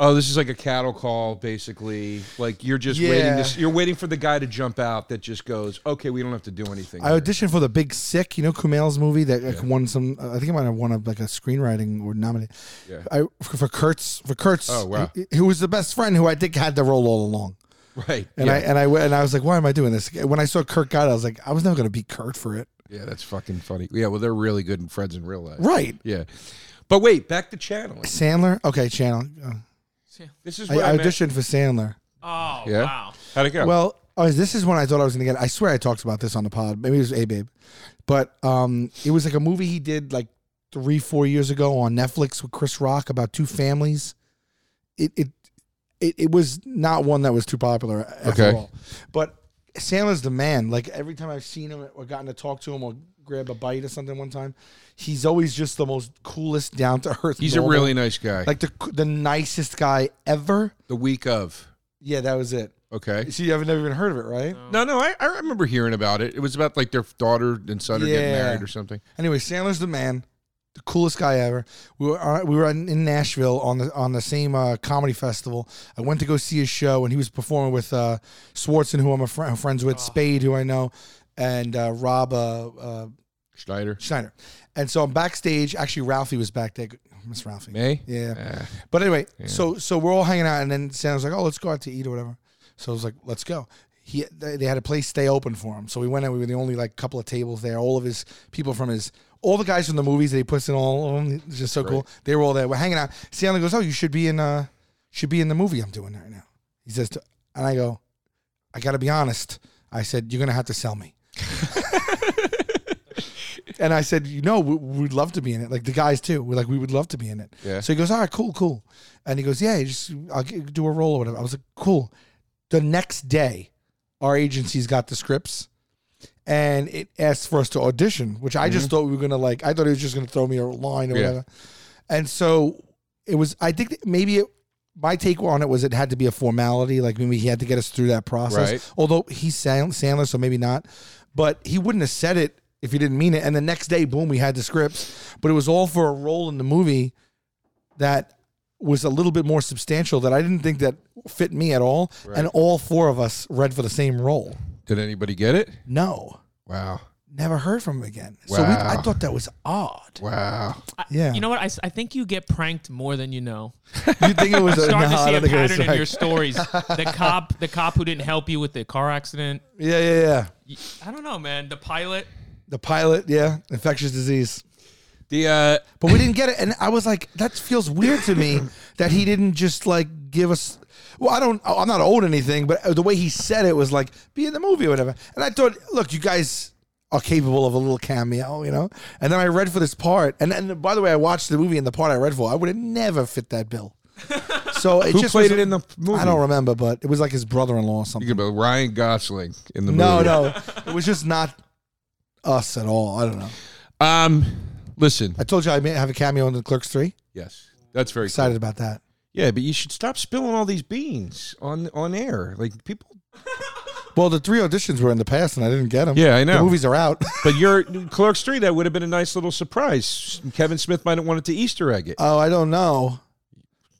Speaker 1: Oh, this is like a cattle call, basically. Like you're just waiting.
Speaker 2: Yeah.
Speaker 1: To, s- you're waiting for the guy to jump out that just goes, "Okay, we don't have to do anything."
Speaker 2: I
Speaker 1: here."
Speaker 2: auditioned for the Big Sick, you know, Kumail's movie that like, won some. I think I might have won a, like a screenwriting or nominee.
Speaker 1: Yeah.
Speaker 2: I for, for Kurtz for Kurtz.
Speaker 1: Oh, wow.
Speaker 2: who- who was the best friend who I think had the role all along.
Speaker 1: [laughs] right?
Speaker 2: And
Speaker 1: yeah.
Speaker 2: I and I went- and I was like, why am I doing this? When I saw Kurt got it, I was like, I was never going to beat Kurt for it.
Speaker 1: yeah, that's fucking funny. Yeah, well, they're really good friends in real life.
Speaker 2: Right.
Speaker 1: Yeah, but wait, back to channeling.
Speaker 2: Sandler. Okay, channel. Uh,
Speaker 1: This is
Speaker 2: I,
Speaker 1: what I,
Speaker 2: I
Speaker 1: meant.
Speaker 2: auditioned for Sandler.
Speaker 4: Oh
Speaker 1: Yeah?
Speaker 4: wow.
Speaker 1: How'd it go?
Speaker 2: Well, oh, this is when I thought I was going to get. I swear I talked about this on the pod. Maybe it was a babe, but um, it was like a movie he did like three, four years ago on Netflix with Chris Rock about two families. It it it, it was not one that was too popular after
Speaker 1: Okay.
Speaker 2: all. But Sandler's the man. Like every time I've seen him or gotten to talk to him or grab a bite or something one time, he's always just the most coolest, down to earth.
Speaker 1: he's a really nice guy.
Speaker 2: like the the nicest guy ever.
Speaker 1: the week of.
Speaker 2: Yeah, that was it.
Speaker 1: Okay.
Speaker 2: So you haven't never even heard of it, right?
Speaker 1: No, no, I, I remember hearing about it. It was about like their daughter and son are getting
Speaker 2: Yeah.
Speaker 1: married or something.
Speaker 2: Anyway, Sandler's the man, the coolest guy ever. We were on, we were in in Nashville on the on the same uh, comedy festival. I went to go see his show, and he was performing with uh, Swartzen, who I'm a friend, friends with, Spade, who I know, and uh, Rob uh, uh,
Speaker 1: Schneider.
Speaker 2: Schneider. And so I'm backstage. Actually, Ralphie was back there. Miss Ralphie.
Speaker 1: May?
Speaker 2: Yeah.
Speaker 1: Eh,
Speaker 2: But anyway, so so we're all hanging out, and then Sam was like, "Oh, let's go out to eat or whatever." So I was like, "Let's go." He they they had a place stay open for him, so we went and we were the only like couple of tables there. All of his people from his all the guys from the movies that he puts in all of them, it's just so cool. They were all there. We're hanging out. Sam goes, "Oh, you should be in uh should be in the movie I'm doing right now." He says, to, and I go, "I got to be honest." I said, "You're gonna have to sell
Speaker 1: [laughs]
Speaker 2: me." And I said, you know, we, we'd love to be in it. Like the guys too. We're like, we would love to be in it.
Speaker 1: Yeah.
Speaker 2: So he goes, all right, cool, cool. And he goes, yeah, you just I'll g- do a role or whatever. I was like, cool. The next day, our agency's got the scripts, and it asked for us to audition, which I just thought we were gonna like. I thought he was just gonna throw me a line or
Speaker 1: Mm-hmm. Yeah.
Speaker 2: whatever. And so it was. I think that maybe it, my take on it was it had to be a formality. Like maybe he had to get us through that process.
Speaker 1: Right.
Speaker 2: Although he's Sand- Sandler, so maybe not. But he wouldn't have said it if he didn't mean it. And the next day, boom, we had the scripts. But it was all for a role in the movie that was a little bit more substantial that I didn't think that fit me at all. And all four of us read for the same role.
Speaker 1: Did anybody get it?
Speaker 2: No,
Speaker 1: Wow.
Speaker 2: never heard from him again. So we, I
Speaker 1: Wow.
Speaker 2: thought that was odd.
Speaker 1: Wow.
Speaker 4: I-
Speaker 2: Yeah.
Speaker 4: You know what? I, s- I think you get pranked more than you know.
Speaker 2: You think it [laughs]
Speaker 4: [laughs]
Speaker 2: was a,
Speaker 4: Starting
Speaker 2: no, I
Speaker 4: to see a
Speaker 2: don't think it was
Speaker 4: pattern in
Speaker 2: right. [laughs]
Speaker 4: your stories. The cop, the cop who didn't help you with the car accident.
Speaker 2: Yeah, yeah, yeah.
Speaker 4: Y- I don't know, man. The pilot.
Speaker 2: The pilot, yeah, infectious disease.
Speaker 1: The uh
Speaker 2: But we didn't get it, and I was like, that feels weird to me that he didn't just like give us. Well, I don't. I'm not owed anything, but the way he said it was like be in the movie or whatever. And I thought, look, you guys are capable of a little cameo, you know. And then I read for this part, and and by the way, I watched the movie and the part I read for, I would have never fit that bill. So it
Speaker 1: Who
Speaker 2: just
Speaker 1: played
Speaker 2: was-
Speaker 1: it in the movie?
Speaker 2: I don't remember, but it was like his brother-in-law or something.
Speaker 1: you could Ryan Gosling in the
Speaker 2: No,
Speaker 1: movie.
Speaker 2: no, it was just not us at all. I don't know.
Speaker 1: no. Um listen.
Speaker 2: I told you I may have a cameo in the Clerks Three.
Speaker 1: Yes. That's very cool.
Speaker 2: Excited about that.
Speaker 1: Yeah, but you should stop spilling all these beans on on air. Like people
Speaker 2: Well, the three auditions were in the past, and I didn't get them.
Speaker 1: Yeah, I know.
Speaker 2: The movies are out. [laughs]
Speaker 1: But your Clerks 3 that would have been a nice little surprise. Kevin Smith might have wanted to Easter egg it.
Speaker 2: oh, I don't know.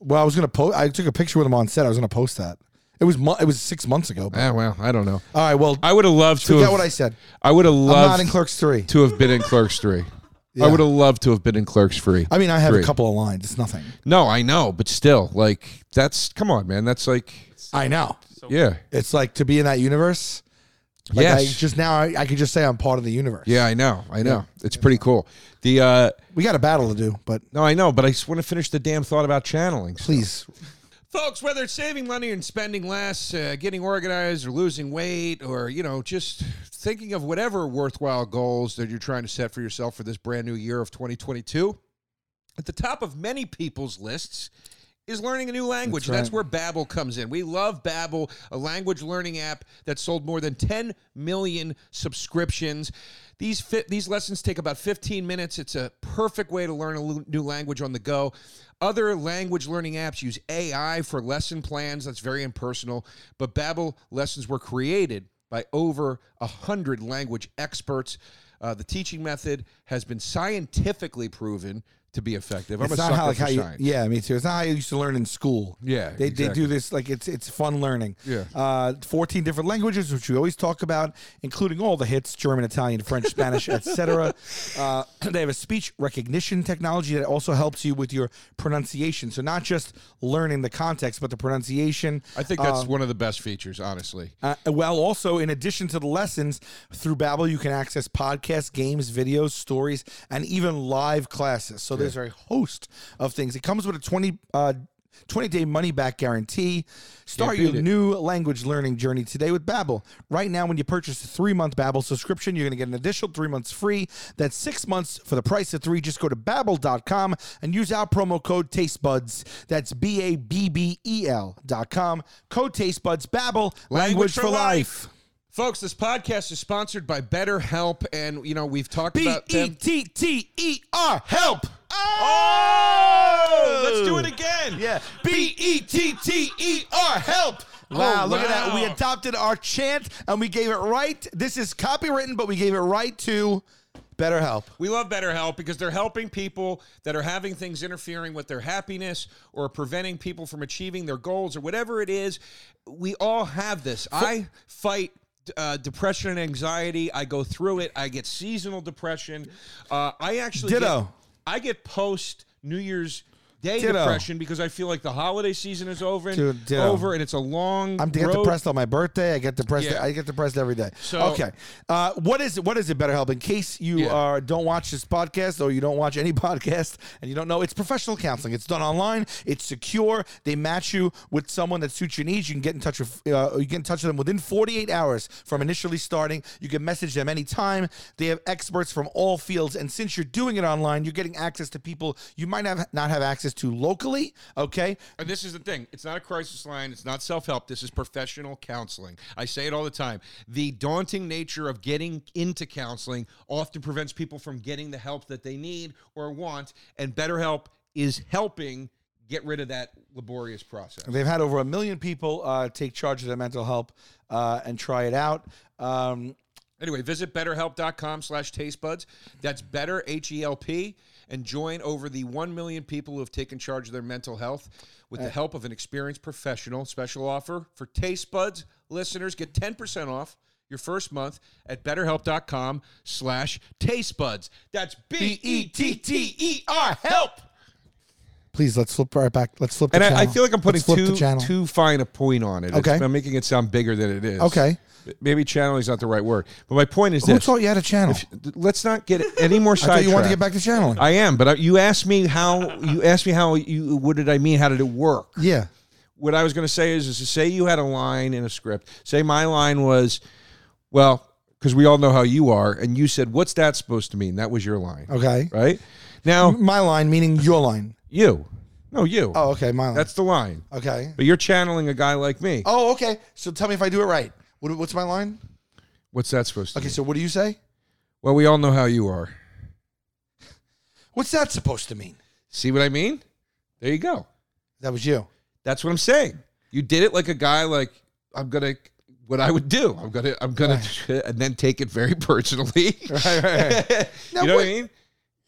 Speaker 2: Well, I was gonna post. I took a picture with him on set. I was gonna post that. It was mo- it was six months ago. but-
Speaker 1: ah, well, I don't know.
Speaker 2: all right. Well,
Speaker 1: I would have loved to
Speaker 2: forget
Speaker 1: have,
Speaker 2: what I said.
Speaker 1: I would have
Speaker 2: I'm not
Speaker 1: loved
Speaker 2: in Clerks Three.
Speaker 1: to have been in Clerks 3. I would have loved to have been in Clerks 3.
Speaker 2: I mean, I have
Speaker 1: Three.
Speaker 2: a couple of lines. It's nothing.
Speaker 1: No, I know, but still, like that's come on, man. That's like
Speaker 2: I know.
Speaker 1: yeah,
Speaker 2: It's like to be in that universe. Like
Speaker 1: Yes.
Speaker 2: I just now, I, I could just say I'm part of the universe.
Speaker 1: yeah. I know, I know. It's pretty cool. The uh
Speaker 2: We got a battle to do, but
Speaker 1: no, I know, but I just want to finish the damn thought about channeling.
Speaker 2: please.
Speaker 1: Folks, whether it's saving money and spending less, uh, getting organized, or losing weight, or you know, just thinking of whatever worthwhile goals that you're trying to set for yourself for this brand new year of 2022, at the top of many people's lists is learning a new language. That's, where Babbel comes in. We love Babbel, a language learning app that sold more than 10 million subscriptions. These fit, these lessons take about 15 minutes. It's a perfect way to learn a lu- new language on the go. Other language learning apps use AI for lesson plans. That's very impersonal, but Babbel lessons were created by over 100 language experts. Uh, the teaching method has been scientifically proven to be effective. I'm
Speaker 2: It's
Speaker 1: a
Speaker 2: not
Speaker 1: sucker
Speaker 2: how like
Speaker 1: for
Speaker 2: how you,
Speaker 1: science.
Speaker 2: yeah, me too. It's not how you used to learn in school.
Speaker 1: Yeah,
Speaker 2: they, they
Speaker 1: exactly.
Speaker 2: do this like it's it's fun learning.
Speaker 1: Yeah.
Speaker 2: uh, fourteen different languages, which we always talk about, including all the hits: German, Italian, French, Spanish,
Speaker 1: [laughs]
Speaker 2: etc. Uh, they have a speech recognition technology that also helps you with your pronunciation. So not just learning the context, but the pronunciation.
Speaker 1: I think
Speaker 2: um,
Speaker 1: that's one of the best features, honestly.
Speaker 2: Uh, well, also in addition to the lessons through Babbel, you can access podcasts, games, videos, stories, and even live classes. So there's a host of things. It comes with a 20 uh, 20 day money back guarantee. Start
Speaker 1: beat
Speaker 2: your
Speaker 1: it.
Speaker 2: new language learning journey today with Babbel. Right now, when you purchase a three month Babbel subscription, you're going to get an additional three months free. That's six months for the price of three. Just go to babbel.com and use our promo code TasteBuds. That's B A B B E L dot com. Code TasteBuds. Babbel. Language for life.
Speaker 1: Folks, this podcast is sponsored by BetterHelp, and you know we've talked
Speaker 2: B
Speaker 1: about
Speaker 2: E
Speaker 1: them.
Speaker 2: T T E R. Help.
Speaker 1: Oh! Let's do it again.
Speaker 2: Yeah. B E T T E R. Help. Wow,
Speaker 1: Oh,
Speaker 2: look at that.
Speaker 1: wow.
Speaker 2: We adopted our chant and we gave it right. This is copywritten, but we gave it right to BetterHelp.
Speaker 1: We love BetterHelp because they're helping people that are having things interfering with their happiness or preventing people from achieving their goals or whatever it is. We all have this. I fight. Uh, depression and anxiety. I go through it. I get seasonal depression. Uh, I actually
Speaker 2: Ditto.
Speaker 1: Get, I get post New Year's Day
Speaker 2: Ditto.
Speaker 1: depression because I feel like the holiday season is over and
Speaker 2: Dude, ditto.
Speaker 1: over, and it's a long.
Speaker 2: I'm get
Speaker 1: road.
Speaker 2: depressed on my birthday. I get depressed.
Speaker 1: Yeah.
Speaker 2: I get depressed every day.
Speaker 1: So-
Speaker 2: okay, uh, what is what is it? BetterHelp. In case you
Speaker 1: Yeah.
Speaker 2: are don't watch this podcast or you don't watch any [laughs] podcast and you don't know, it's professional counseling. It's done online. It's secure. They match you with someone that suits your needs. You can get in touch with uh, you get in touch with them within 48 hours from initially starting. You can message them anytime. They have experts from all fields, and since you're doing it online, you're getting access to people you might have not have access to locally. Okay,
Speaker 1: And this is the thing. It's not a crisis line. It's not self help. This is professional counseling. I say it all the time. The daunting nature of getting into counseling often prevents people from getting the help that they need or want. And BetterHelp is helping get rid of that laborious process.
Speaker 2: They've had over a million people uh, take charge of their mental health uh, and try it out. Um,
Speaker 1: Anyway, visit betterhelp.com slash tastebuds. That's better, H-E-L-P, and join over the 1 million people who have taken charge of their mental health with
Speaker 2: Uh,
Speaker 1: the help of an experienced professional. Special offer for Taste Buds listeners. Get 10% off your first month at betterhelp.com slash tastebuds. That's E B-E-T-T-E-R, help!
Speaker 2: please let's flip right back. Let's flip. The
Speaker 1: And
Speaker 2: channel.
Speaker 1: I, I feel like I'm putting
Speaker 2: Let's flip the
Speaker 1: too,
Speaker 2: channel.
Speaker 1: too fine a point on it. It's-
Speaker 2: Okay.
Speaker 1: I'm making it sound bigger than it is.
Speaker 2: Okay.
Speaker 1: Maybe channeling's not the right word. But my point is
Speaker 2: Who
Speaker 1: this.
Speaker 2: taught you how to channel?
Speaker 1: Let's not get any more
Speaker 2: [laughs] I thought
Speaker 1: sidetracked.
Speaker 2: you wanted to get back to channeling.
Speaker 1: I am, but I- you asked me how. You asked me how. You what did I mean? How did it work?
Speaker 2: yeah.
Speaker 1: What I was going to say is, is to say you had a line in a script. Say my line was, well, because we all know how you are, and you said, "What's that supposed to mean?" That was your line,
Speaker 2: Okay.
Speaker 1: right? Now
Speaker 2: My line, meaning your line.
Speaker 1: you, no you.
Speaker 2: Oh, okay. My line.
Speaker 1: That's the line.
Speaker 2: okay.
Speaker 1: But you're channeling a guy like me.
Speaker 2: Oh, okay. So tell me if I do it right. What, what's my line?
Speaker 1: What's that supposed to?
Speaker 2: Okay.
Speaker 1: mean?
Speaker 2: So what do you say?
Speaker 1: Well, we all know how you are.
Speaker 2: What's that supposed to mean?
Speaker 1: See what I mean? There you go.
Speaker 2: That was you.
Speaker 1: That's what I'm saying. You did it like a guy. Like I'm gonna what I would do. I'm gonna I'm gonna and then take it very [laughs] personally.
Speaker 2: Right, right,
Speaker 1: [laughs] you know what I
Speaker 2: wait.
Speaker 1: mean?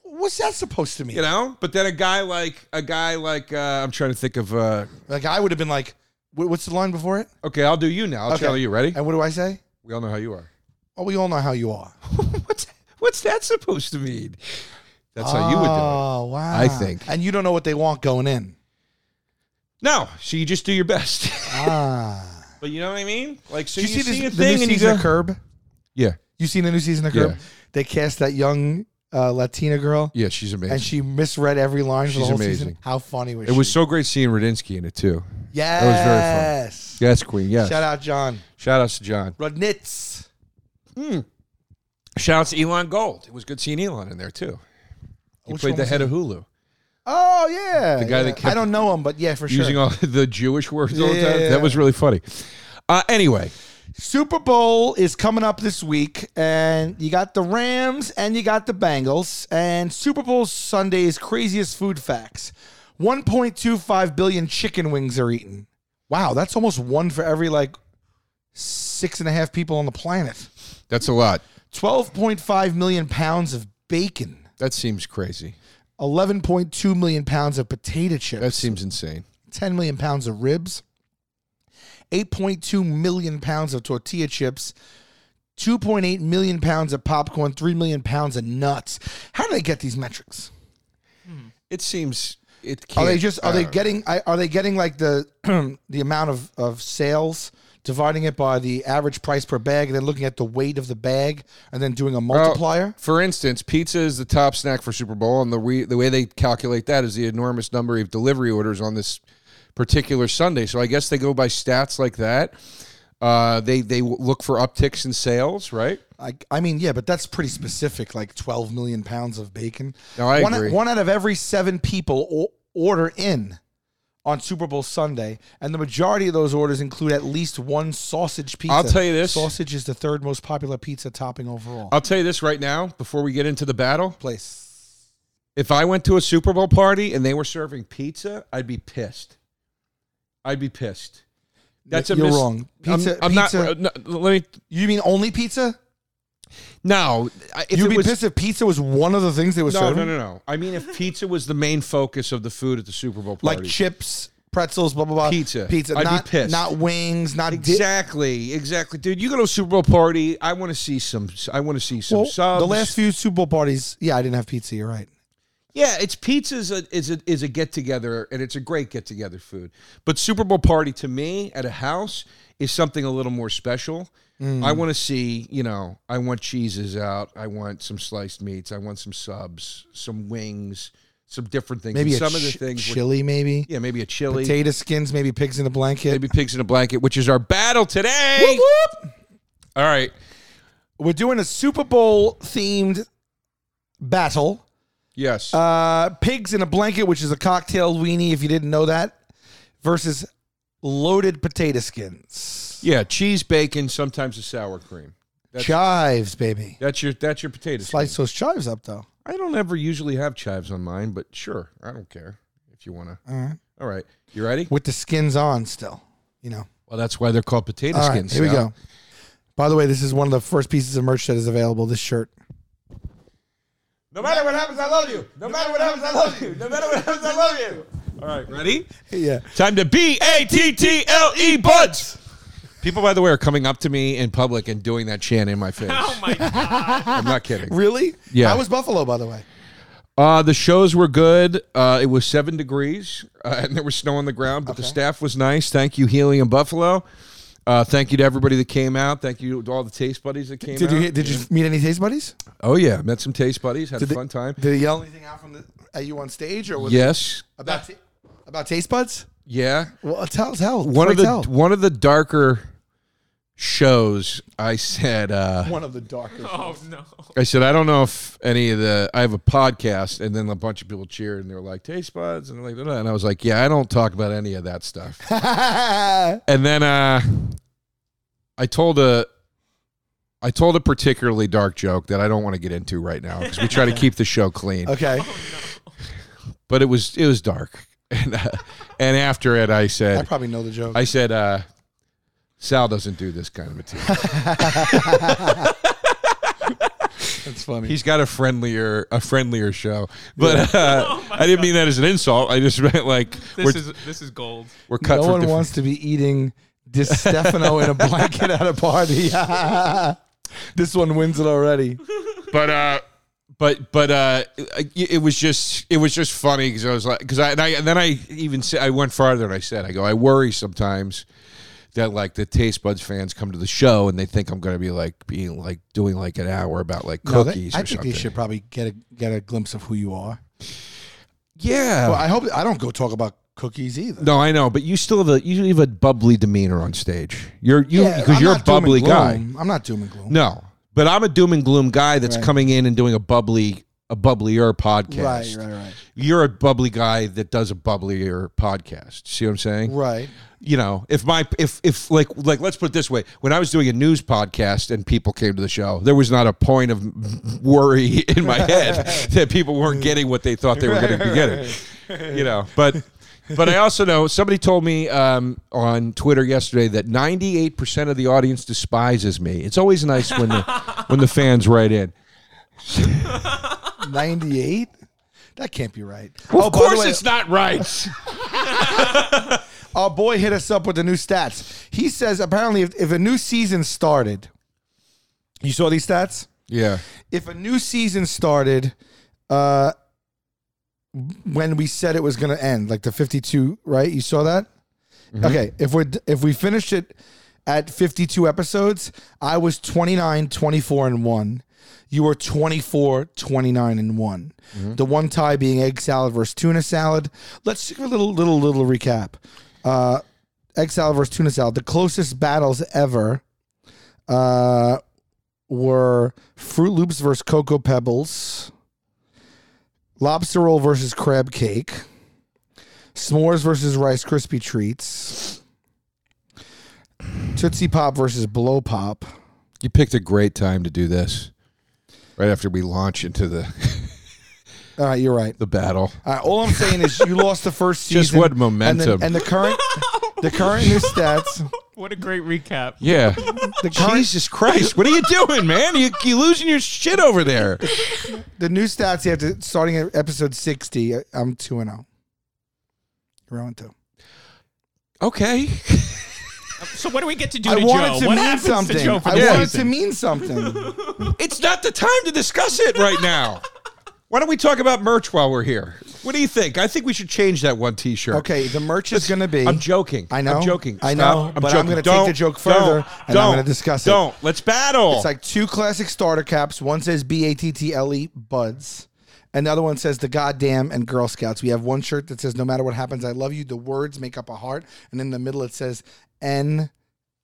Speaker 2: What's that supposed to mean?
Speaker 1: You know. But then a guy like a guy like uh, I'm trying to think of. uh
Speaker 2: Like I would have been like, wh- what's the line before it?
Speaker 1: Okay, I'll do you now. I'll
Speaker 2: Okay.
Speaker 1: channel you. Ready?
Speaker 2: And what do I say?
Speaker 1: We all know how you are. [laughs]
Speaker 2: Oh, we all know how you are.
Speaker 1: what's what's that supposed to mean? That's how you would do it.
Speaker 2: Oh, wow.
Speaker 1: I think.
Speaker 2: And you don't know what they want going in.
Speaker 1: No, so you just do your best. [laughs]
Speaker 2: Ah.
Speaker 1: but you know what I mean? Like so
Speaker 2: Do
Speaker 1: you,
Speaker 2: you, see,
Speaker 1: see a
Speaker 2: this, the new
Speaker 1: thing and you
Speaker 2: season
Speaker 1: go,
Speaker 2: of Curb?
Speaker 1: yeah,
Speaker 2: You seen the new season of Curb?
Speaker 1: Yeah.
Speaker 2: They cast that young uh, Latina girl,
Speaker 1: yeah, she's amazing.
Speaker 2: and she misread every line for
Speaker 1: She's
Speaker 2: the whole
Speaker 1: amazing.
Speaker 2: season. How funny was
Speaker 1: it
Speaker 2: she?
Speaker 1: was so great seeing Radinsky in it too.
Speaker 2: Yes.
Speaker 1: That was very fun. Yes, Queen. Yes.
Speaker 2: Shout out, John.
Speaker 1: Shout outs to John.
Speaker 2: Rudnitz.
Speaker 1: Shout outs to Elon Gold. It was good seeing Elon in there too. He
Speaker 2: Which
Speaker 1: played
Speaker 2: one
Speaker 1: the
Speaker 2: was
Speaker 1: head of Hulu,
Speaker 2: Oh, yeah. The
Speaker 1: guy that kept
Speaker 2: I don't know him, but yeah, for
Speaker 1: using
Speaker 2: sure.
Speaker 1: all [laughs] the Jewish words all the
Speaker 2: Yeah,
Speaker 1: time.
Speaker 2: yeah, yeah.
Speaker 1: That was really funny. Uh, anyway,
Speaker 2: Super Bowl is coming up this week, and you got the Rams and you got the Bengals. And Super Bowl Sunday's craziest food facts 1.25 billion chicken wings are eaten. Wow, that's almost one for every like six and a half people on the planet.
Speaker 1: that's a lot.
Speaker 2: 12.5 million pounds of bacon,
Speaker 1: That seems crazy.
Speaker 2: 11.2 million pounds of potato chips.
Speaker 1: That seems insane.
Speaker 2: 10 million pounds of ribs, 8.2 million pounds of tortilla chips, 2.8 million pounds of popcorn, 3 million pounds of nuts. How do they get these metrics?
Speaker 1: It seems it. Can't, uh,
Speaker 2: Are they just are
Speaker 1: I
Speaker 2: they
Speaker 1: don't
Speaker 2: getting I- are they getting like the [clears throat] the amount of of sales dividing it by the average price per bag and then looking at the weight of the bag and then doing a
Speaker 1: know.
Speaker 2: multiplier?
Speaker 1: For instance, pizza is the top snack for Super Bowl, and the re- the way they calculate that is the enormous number of delivery orders on this particular Sunday. So I guess they go by stats like that. Uh, they they w- look for upticks in sales, right?
Speaker 2: I, I mean, yeah, but that's pretty specific. Like twelve million pounds of bacon.
Speaker 1: No, I
Speaker 2: one,
Speaker 1: agree.
Speaker 2: One out of every seven people o- order in on Super Bowl Sunday, and the majority of those orders include at least one sausage pizza.
Speaker 1: I'll tell you this.
Speaker 2: sausage is the third most popular pizza topping overall.
Speaker 1: I'll tell you this right now before we get into the battle.
Speaker 2: Place.
Speaker 1: If I went to a Super Bowl party and they were serving pizza, I'd be pissed. I'd be pissed. That's a
Speaker 2: You're
Speaker 1: mis-
Speaker 2: wrong.
Speaker 1: I'm-
Speaker 2: Pizza-
Speaker 1: I'm,
Speaker 2: pizza-
Speaker 1: not. No, let me.
Speaker 2: You mean only pizza?
Speaker 1: No, I- if
Speaker 2: You'd
Speaker 1: it
Speaker 2: be
Speaker 1: was-
Speaker 2: pissed if pizza was one of the things they were
Speaker 1: No,
Speaker 2: serving,
Speaker 1: no, no, no. I mean, if pizza was the main focus of the food at the Super Bowl party,
Speaker 2: like chips, pretzels, blah blah blah.
Speaker 1: Pizza.
Speaker 2: pizza.
Speaker 1: I'd be
Speaker 2: not,
Speaker 1: pissed.
Speaker 2: Not wings. Not di-
Speaker 1: exactly, exactly, dude. You go to a Super Bowl party. I want to see some. I want to see some
Speaker 2: Well,
Speaker 1: subs.
Speaker 2: the last few Super Bowl parties, yeah, I didn't have pizza. You're right.
Speaker 1: Yeah, it's pizza's a, is a is a get together, and it's a great get together food. But Super Bowl party to me at a house is something a little more special. I
Speaker 2: Mm.
Speaker 1: want to see, you know, I want cheeses out, I want some sliced meats, I want some subs, some wings, some different things.
Speaker 2: Maybe
Speaker 1: And
Speaker 2: a
Speaker 1: some of the
Speaker 2: chi-
Speaker 1: things, were-
Speaker 2: chili, maybe
Speaker 1: yeah, maybe a chili,
Speaker 2: potato skins, maybe pigs in a blanket.
Speaker 1: maybe pigs in a blanket, which is our battle today.
Speaker 2: Whoop, whoop.
Speaker 1: All right,
Speaker 2: We're doing a Super Bowl themed battle.
Speaker 1: yes,
Speaker 2: Uh, pigs in a blanket, which is a cocktail weenie, if you didn't know that, versus loaded potato skins,
Speaker 1: yeah, cheese, bacon, sometimes a sour cream. That's,
Speaker 2: chives, baby.
Speaker 1: that's your that's your potato. salad.
Speaker 2: Slice those chives up, though.
Speaker 1: I don't ever usually have chives on mine, but sure, I don't care if you want to. All right. You ready?
Speaker 2: With the skins on, still, you know.
Speaker 1: Well, that's why they're called potato
Speaker 2: All right,
Speaker 1: skins.
Speaker 2: here we
Speaker 1: Sal.
Speaker 2: go. By the way, this is one of the first pieces of merch that is available. This shirt.
Speaker 1: No matter what happens, I love you. No matter what happens, I love you. No matter what happens, I love you. All right, ready?
Speaker 2: Yeah.
Speaker 1: Time to B A T T L E buds. People, by the way, are coming up to me in public and doing that chant in my face.
Speaker 4: [laughs] Oh my god!
Speaker 1: I'm not kidding.
Speaker 2: Really?
Speaker 1: Yeah.
Speaker 2: I was Buffalo, by the way.
Speaker 1: Uh, the shows were good. Uh, it was seven degrees uh, and there was snow on the ground, but the staff was nice. Thank you, Healy and Buffalo. Uh, thank you to everybody that came out. Thank you to all the taste buddies that came
Speaker 2: Did
Speaker 1: out.
Speaker 2: you did you meet any taste buddies?
Speaker 1: Oh yeah, met some taste buddies, had
Speaker 2: Did
Speaker 1: a
Speaker 2: they-
Speaker 1: fun time.
Speaker 2: Did he yell anything out from the, at you on stage or was it
Speaker 1: yes,
Speaker 2: about ta- about taste buds?
Speaker 1: yeah.
Speaker 2: Well, uh, tell tell
Speaker 1: One of the
Speaker 2: tell.
Speaker 1: one of the darker shows. I said, uh,
Speaker 2: one of the darker. [laughs]
Speaker 4: Oh no!
Speaker 1: I said, I don't know if any of the. I have a podcast, and then a bunch of people cheered, and they were like, "Taste buds," and like, "Da-da," and I was like, "Yeah, I don't talk about any of that stuff." and then uh, I told a. I told a particularly dark joke that I don't want to get into right now because we try to keep the show clean.
Speaker 2: [laughs] okay.
Speaker 1: But it was it was dark, [laughs] and uh, and after it, I said,
Speaker 2: I probably know the joke.
Speaker 1: I said, uh, Sal doesn't do this kind of material.
Speaker 2: That's funny.
Speaker 1: He's got a friendlier, a friendlier show. But
Speaker 4: [laughs]
Speaker 1: uh, I didn't mean that as an insult. I just meant like
Speaker 4: Oh This
Speaker 1: we're,
Speaker 4: is this is gold.
Speaker 1: we're cut
Speaker 2: no
Speaker 1: for
Speaker 2: one
Speaker 1: different.
Speaker 2: wants to be eating Di [laughs] Stefano in a blanket at a [laughs] party. this one wins it already.
Speaker 1: but uh, but but uh, it, it was just it was just funny because I was like because I and, I and then I even said I went farther and I said I go I worry sometimes that like the Taste Buds fans come to the show and they think I'm going to be like being like doing like an hour about like
Speaker 2: No, they-
Speaker 1: cookies or
Speaker 2: I think
Speaker 1: something.
Speaker 2: they should probably get a get a glimpse of who you are.
Speaker 1: yeah.
Speaker 2: Well, I hope I don't go talk about cookies either.
Speaker 1: No, I know, but you still have a you have a bubbly demeanor on stage. You're you
Speaker 2: Yeah,
Speaker 1: because
Speaker 2: I'm
Speaker 1: you're a
Speaker 2: not doom and
Speaker 1: bubbly guy.
Speaker 2: gloom. I'm not doom and gloom.
Speaker 1: No, but I'm a doom and gloom guy that's coming in and doing a bubbly a bubblier podcast.
Speaker 2: Right, right, right.
Speaker 1: You're a bubbly guy that does a bubblier podcast. See what I'm saying?
Speaker 2: Right.
Speaker 1: you know, if my if if like like let's put it this way, when I was doing a news podcast and people came to the show, there was not a point of worry [laughs] in my head that people weren't getting what they thought they were going to be getting. You know, but but I also know somebody told me um, on Twitter yesterday that 98% of the audience despises me. It's always nice when the when the fans write in.
Speaker 2: 98? That can't be right. Oh,
Speaker 1: of
Speaker 2: by the
Speaker 1: course
Speaker 2: way,
Speaker 1: it's not right.
Speaker 2: Our boy hit us up with the new stats. He says apparently if, if a new season started, you saw these stats?
Speaker 1: yeah.
Speaker 2: If a new season started, uh, when we said it was going to end, like the 52, right? You saw that? Okay. If we're d- if we finished it at 52 episodes, I was 29, 24, and one. You were 24, 29, and one. The one tie being egg salad versus tuna salad. Let's do a little little little recap. Uh, egg salad versus tuna salad. The closest battles ever. Uh, were Fruit Loops versus Cocoa Pebbles, Lobster Roll versus Crab Cake, S'mores versus Rice Krispie Treats, Tootsie Pop versus Blow Pop.
Speaker 1: You picked a great time to do this. Right after we launch into the [laughs]
Speaker 2: All right, you're right.
Speaker 1: the battle.
Speaker 2: All right,
Speaker 4: [laughs]
Speaker 2: all I'm saying is you lost the first season.
Speaker 1: Just what
Speaker 2: and the-
Speaker 1: momentum.
Speaker 2: And the,
Speaker 4: [laughs]
Speaker 2: current, the current new stats.
Speaker 4: What a great recap.
Speaker 1: Yeah.
Speaker 2: The
Speaker 1: [laughs]
Speaker 2: current,
Speaker 1: Jesus Christ, what are you doing, man? You you losing your shit over there.
Speaker 2: the new stats you have to starting at episode 60. I'm two and zero. You're on two.
Speaker 1: Okay.
Speaker 4: So what do we get to do
Speaker 2: I
Speaker 4: to
Speaker 2: want
Speaker 4: Joe?
Speaker 2: it to
Speaker 4: what
Speaker 2: mean
Speaker 4: happens
Speaker 2: something.
Speaker 4: to Joe for
Speaker 2: I
Speaker 4: this
Speaker 2: want it
Speaker 4: season?
Speaker 2: to mean something.
Speaker 1: It's not the time to discuss it right now. Why don't we talk about merch while we're here? What do you think? I think we should change that one t-shirt.
Speaker 2: Okay, the merch is going to be.
Speaker 1: I'm joking.
Speaker 2: I know.
Speaker 1: I'm joking.
Speaker 2: I
Speaker 1: Stop.
Speaker 2: know. but I'm
Speaker 1: joking.
Speaker 2: going to take
Speaker 1: Don't,
Speaker 2: the joke
Speaker 1: don't,
Speaker 2: further and I'm
Speaker 1: don't,
Speaker 2: going to discuss it.
Speaker 1: Don't. Let's battle.
Speaker 2: It's like two classic starter caps. One says B A T T L E buds. Another one says the goddamn and Girl Scouts. We have one shirt that says no matter what happens, I love you. The words make up a heart, and in the middle it says N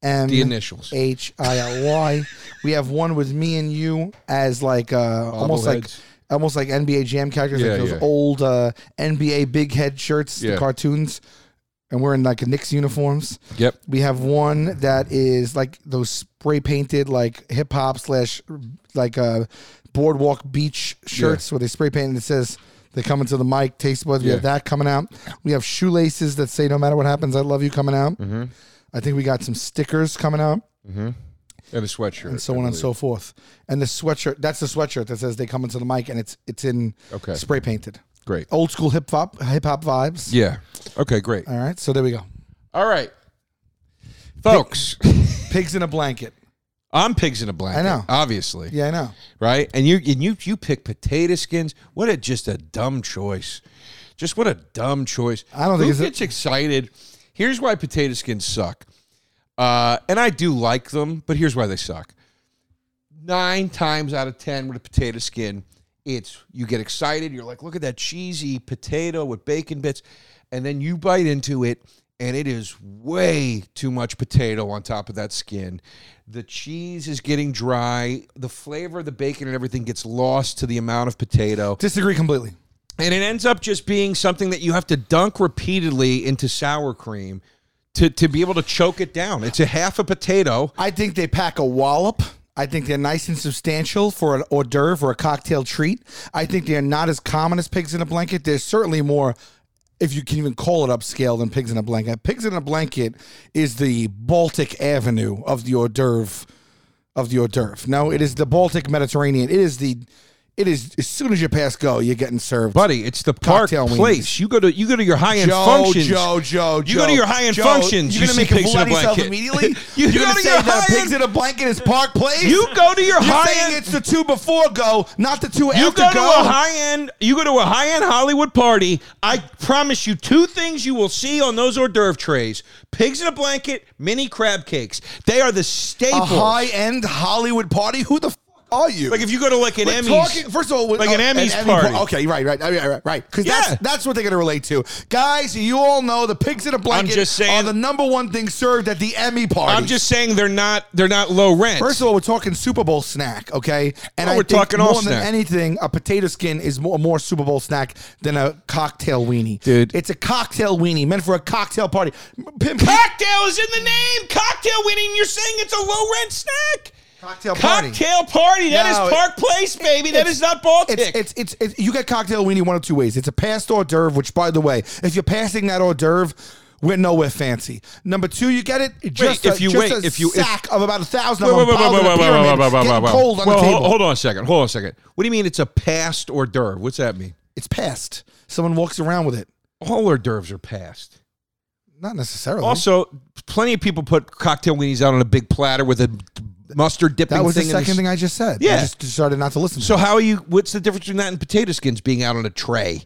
Speaker 2: M
Speaker 1: The initials.
Speaker 2: H I L Y. We have one with me and you as like uh, almost like
Speaker 1: Bobbleheads.
Speaker 2: almost like NBA Jam characters,
Speaker 1: Yeah,
Speaker 2: like those
Speaker 1: yeah.
Speaker 2: old uh, NBA big head shirts,
Speaker 1: Yeah.
Speaker 2: the cartoons, and we're in like Knicks uniforms.
Speaker 1: Yep.
Speaker 2: We have one that is like those spray painted like hip hop slash like uh, boardwalk beach shirts where they spray paint and it says they come into the mic taste buds. We have
Speaker 1: Yeah.
Speaker 2: that coming out. We have shoelaces that say no matter what happens, I love you coming out.
Speaker 1: Mm-hmm.
Speaker 2: I think we got some stickers coming out
Speaker 1: And a sweatshirt.
Speaker 2: and so on and so forth. And the sweatshirt that's the sweatshirt that says they come into the mic and it's it's in
Speaker 1: Okay.
Speaker 2: spray painted.
Speaker 1: Great.
Speaker 2: Old school hip hop hip hop vibes.
Speaker 1: Yeah. Okay, great.
Speaker 2: All right, so there we go.
Speaker 1: All right.
Speaker 2: [laughs]
Speaker 1: Folks,
Speaker 2: Pigs in a blanket.
Speaker 1: I'm pigs in a blanket.
Speaker 2: I know.
Speaker 1: Obviously.
Speaker 2: Yeah, I know.
Speaker 1: right? And you and you you pick potato skins. What a just a dumb choice. Just what a dumb choice.
Speaker 2: I don't
Speaker 1: Who
Speaker 2: think it's a-
Speaker 1: gets excited. Here's why potato skins suck. Uh, and I do like them, but here's why they suck. Nine times out of ten with a potato skin, it's you get excited. You're like, look at that cheesy potato with bacon bits, and then you bite into it, and it is way too much potato on top of that skin. The cheese is getting dry. The flavor of the bacon and everything gets lost to the amount of potato.
Speaker 2: Disagree completely.
Speaker 1: And it ends up just being something that you have to dunk repeatedly into sour cream to, to be able to choke it down. It's a half a potato.
Speaker 2: I think they pack a wallop. I think they're nice and substantial for an hors d'oeuvre or a cocktail treat. I think they're not as common as pigs in a blanket. They're certainly more, if you can even call it upscale, than pigs in a blanket. Pigs in a blanket is the Baltic Avenue of the hors d'oeuvre. Of the hors d'oeuvre. No, it is the Baltic Mediterranean. It is the, it is as soon as you pass go, you're getting served.
Speaker 1: Buddy, it's the park
Speaker 2: Cocktail
Speaker 1: place.
Speaker 2: wieners.
Speaker 1: You go to you go to your high end
Speaker 2: Joe,
Speaker 1: functions.
Speaker 2: Joe, Joe,
Speaker 1: You go to
Speaker 2: Joe.
Speaker 1: your high-end
Speaker 2: Joe,
Speaker 1: functions,
Speaker 2: You're
Speaker 1: you
Speaker 2: gonna
Speaker 1: see
Speaker 2: make
Speaker 1: pigs
Speaker 2: a
Speaker 1: in a
Speaker 2: blood yourself
Speaker 1: blanket.
Speaker 2: immediately.
Speaker 1: [laughs] You
Speaker 2: are
Speaker 1: go
Speaker 2: gonna
Speaker 1: to
Speaker 2: say
Speaker 1: your
Speaker 2: that
Speaker 1: high-end-
Speaker 2: pigs in a blanket is Park Place.
Speaker 1: You go to your
Speaker 2: You're
Speaker 1: high end.
Speaker 2: saying it's the two before go, not the two
Speaker 1: You
Speaker 2: after
Speaker 1: go to a
Speaker 2: go.
Speaker 1: high end. You go to a high end Hollywood party. I promise you, two things you will see on those hors d'oeuvre trays: pigs in a blanket, mini crab cakes. They are the
Speaker 2: A
Speaker 1: staple.
Speaker 2: high end Hollywood party. Who the fuck are you?
Speaker 1: Like if you go to like an
Speaker 2: We're
Speaker 1: Emmys,
Speaker 2: talking- first of all, with-
Speaker 1: like an
Speaker 2: oh,
Speaker 1: Emmys
Speaker 2: Emmy
Speaker 1: party.
Speaker 2: par- okay, right, right, right, right, right. Because
Speaker 1: Yeah.
Speaker 2: that's that's what they're going to relate to, guys. You all know the pigs in a blanket
Speaker 1: just saying-
Speaker 2: are the number one thing served at the Emmy party.
Speaker 1: I'm just saying they're not they're not low rent.
Speaker 2: First of all, we're talking Super Bowl snack, okay? And
Speaker 1: Well,
Speaker 2: I
Speaker 1: Oh, we're
Speaker 2: think
Speaker 1: talking all
Speaker 2: more than
Speaker 1: snack.
Speaker 2: anything, a potato skin is more, more Super Bowl snack than a cocktail weenie,
Speaker 1: Dude.
Speaker 2: It's a cocktail weenie meant for a cocktail party. Pimp-
Speaker 1: cocktail is in the name. Cocktail winning. You're saying it's a low rent snack.
Speaker 2: Cocktail party.
Speaker 1: Cocktail party. That is
Speaker 2: No, it-
Speaker 1: Park Place, baby. That
Speaker 2: it's-
Speaker 1: is not Baltic.
Speaker 2: It's, it's it's it's you get cocktail weenie one of two ways. It's a passed hors d'oeuvre, which by the way, if you're passing that hors d'oeuvre, we're nowhere fancy. Number two, you get it just
Speaker 1: if
Speaker 2: a,
Speaker 1: you
Speaker 2: just
Speaker 1: wait,
Speaker 2: a
Speaker 1: if you- if-
Speaker 2: sack of about a thousand
Speaker 1: Wait,
Speaker 2: of
Speaker 1: wait,
Speaker 2: them
Speaker 1: wait,
Speaker 2: piled
Speaker 1: wait,
Speaker 2: in a
Speaker 1: wait, wait, wait, wait,
Speaker 2: pyramid,
Speaker 1: wait, wait,
Speaker 2: getting
Speaker 1: wait.
Speaker 2: cold on
Speaker 1: Well,
Speaker 2: the
Speaker 1: hol-
Speaker 2: table.
Speaker 1: Hold on a second. Hold on a second. What do you mean it's a past hors d'oeuvre? What's that mean?
Speaker 2: It's passed. Someone walks around with it.
Speaker 1: All hors d'oeuvres are past.
Speaker 2: Not necessarily.
Speaker 1: Also, plenty of people put cocktail weenies out on a big platter with a mustard dipping
Speaker 2: that was the
Speaker 1: thing. in
Speaker 2: second thing I just said. I
Speaker 1: Yeah.
Speaker 2: just decided not to listen.
Speaker 1: So
Speaker 2: So
Speaker 1: how are you? What's the difference between that and potato skins being out on a tray?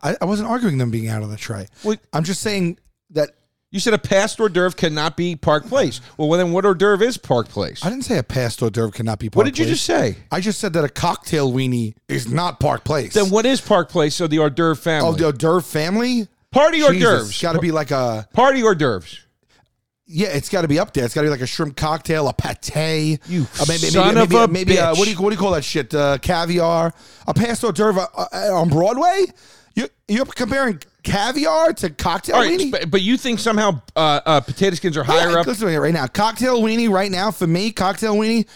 Speaker 2: I, I wasn't arguing them being out of the tray.
Speaker 1: Well-
Speaker 2: I'm just saying that
Speaker 1: You said a past hors d'oeuvre cannot be Park Place. Well, then what hors d'oeuvre is Park Place?
Speaker 2: I didn't say a passed hors d'oeuvre cannot be. Park
Speaker 1: What did you
Speaker 2: Place.
Speaker 1: just say?
Speaker 2: I just said that a cocktail weenie is not Park Place.
Speaker 1: Then what is Park Place of the hors d'oeuvre family?
Speaker 2: Oh, the hors d'oeuvre family?
Speaker 1: Party hors
Speaker 2: Jesus,
Speaker 1: d'oeuvres.
Speaker 2: It's got to be like a,
Speaker 1: Party hors d'oeuvres.
Speaker 2: yeah, it's got to be up there. It's got to be like a shrimp cocktail, a pate.
Speaker 1: You
Speaker 2: Uh, maybe,
Speaker 1: son
Speaker 2: maybe,
Speaker 1: of
Speaker 2: maybe,
Speaker 1: a
Speaker 2: maybe, uh,
Speaker 1: bitch.
Speaker 2: what, do you, what do you call that shit? Uh, caviar? A past hors d'oeuvre uh, uh, on Broadway? You, you're comparing caviar to cocktail
Speaker 1: All right,
Speaker 2: weenie?
Speaker 1: but, but you think somehow uh, uh, potato skins are higher
Speaker 2: Yeah,
Speaker 1: up?
Speaker 2: Listen to me right now. Cocktail weenie right now for me, cocktail weenie,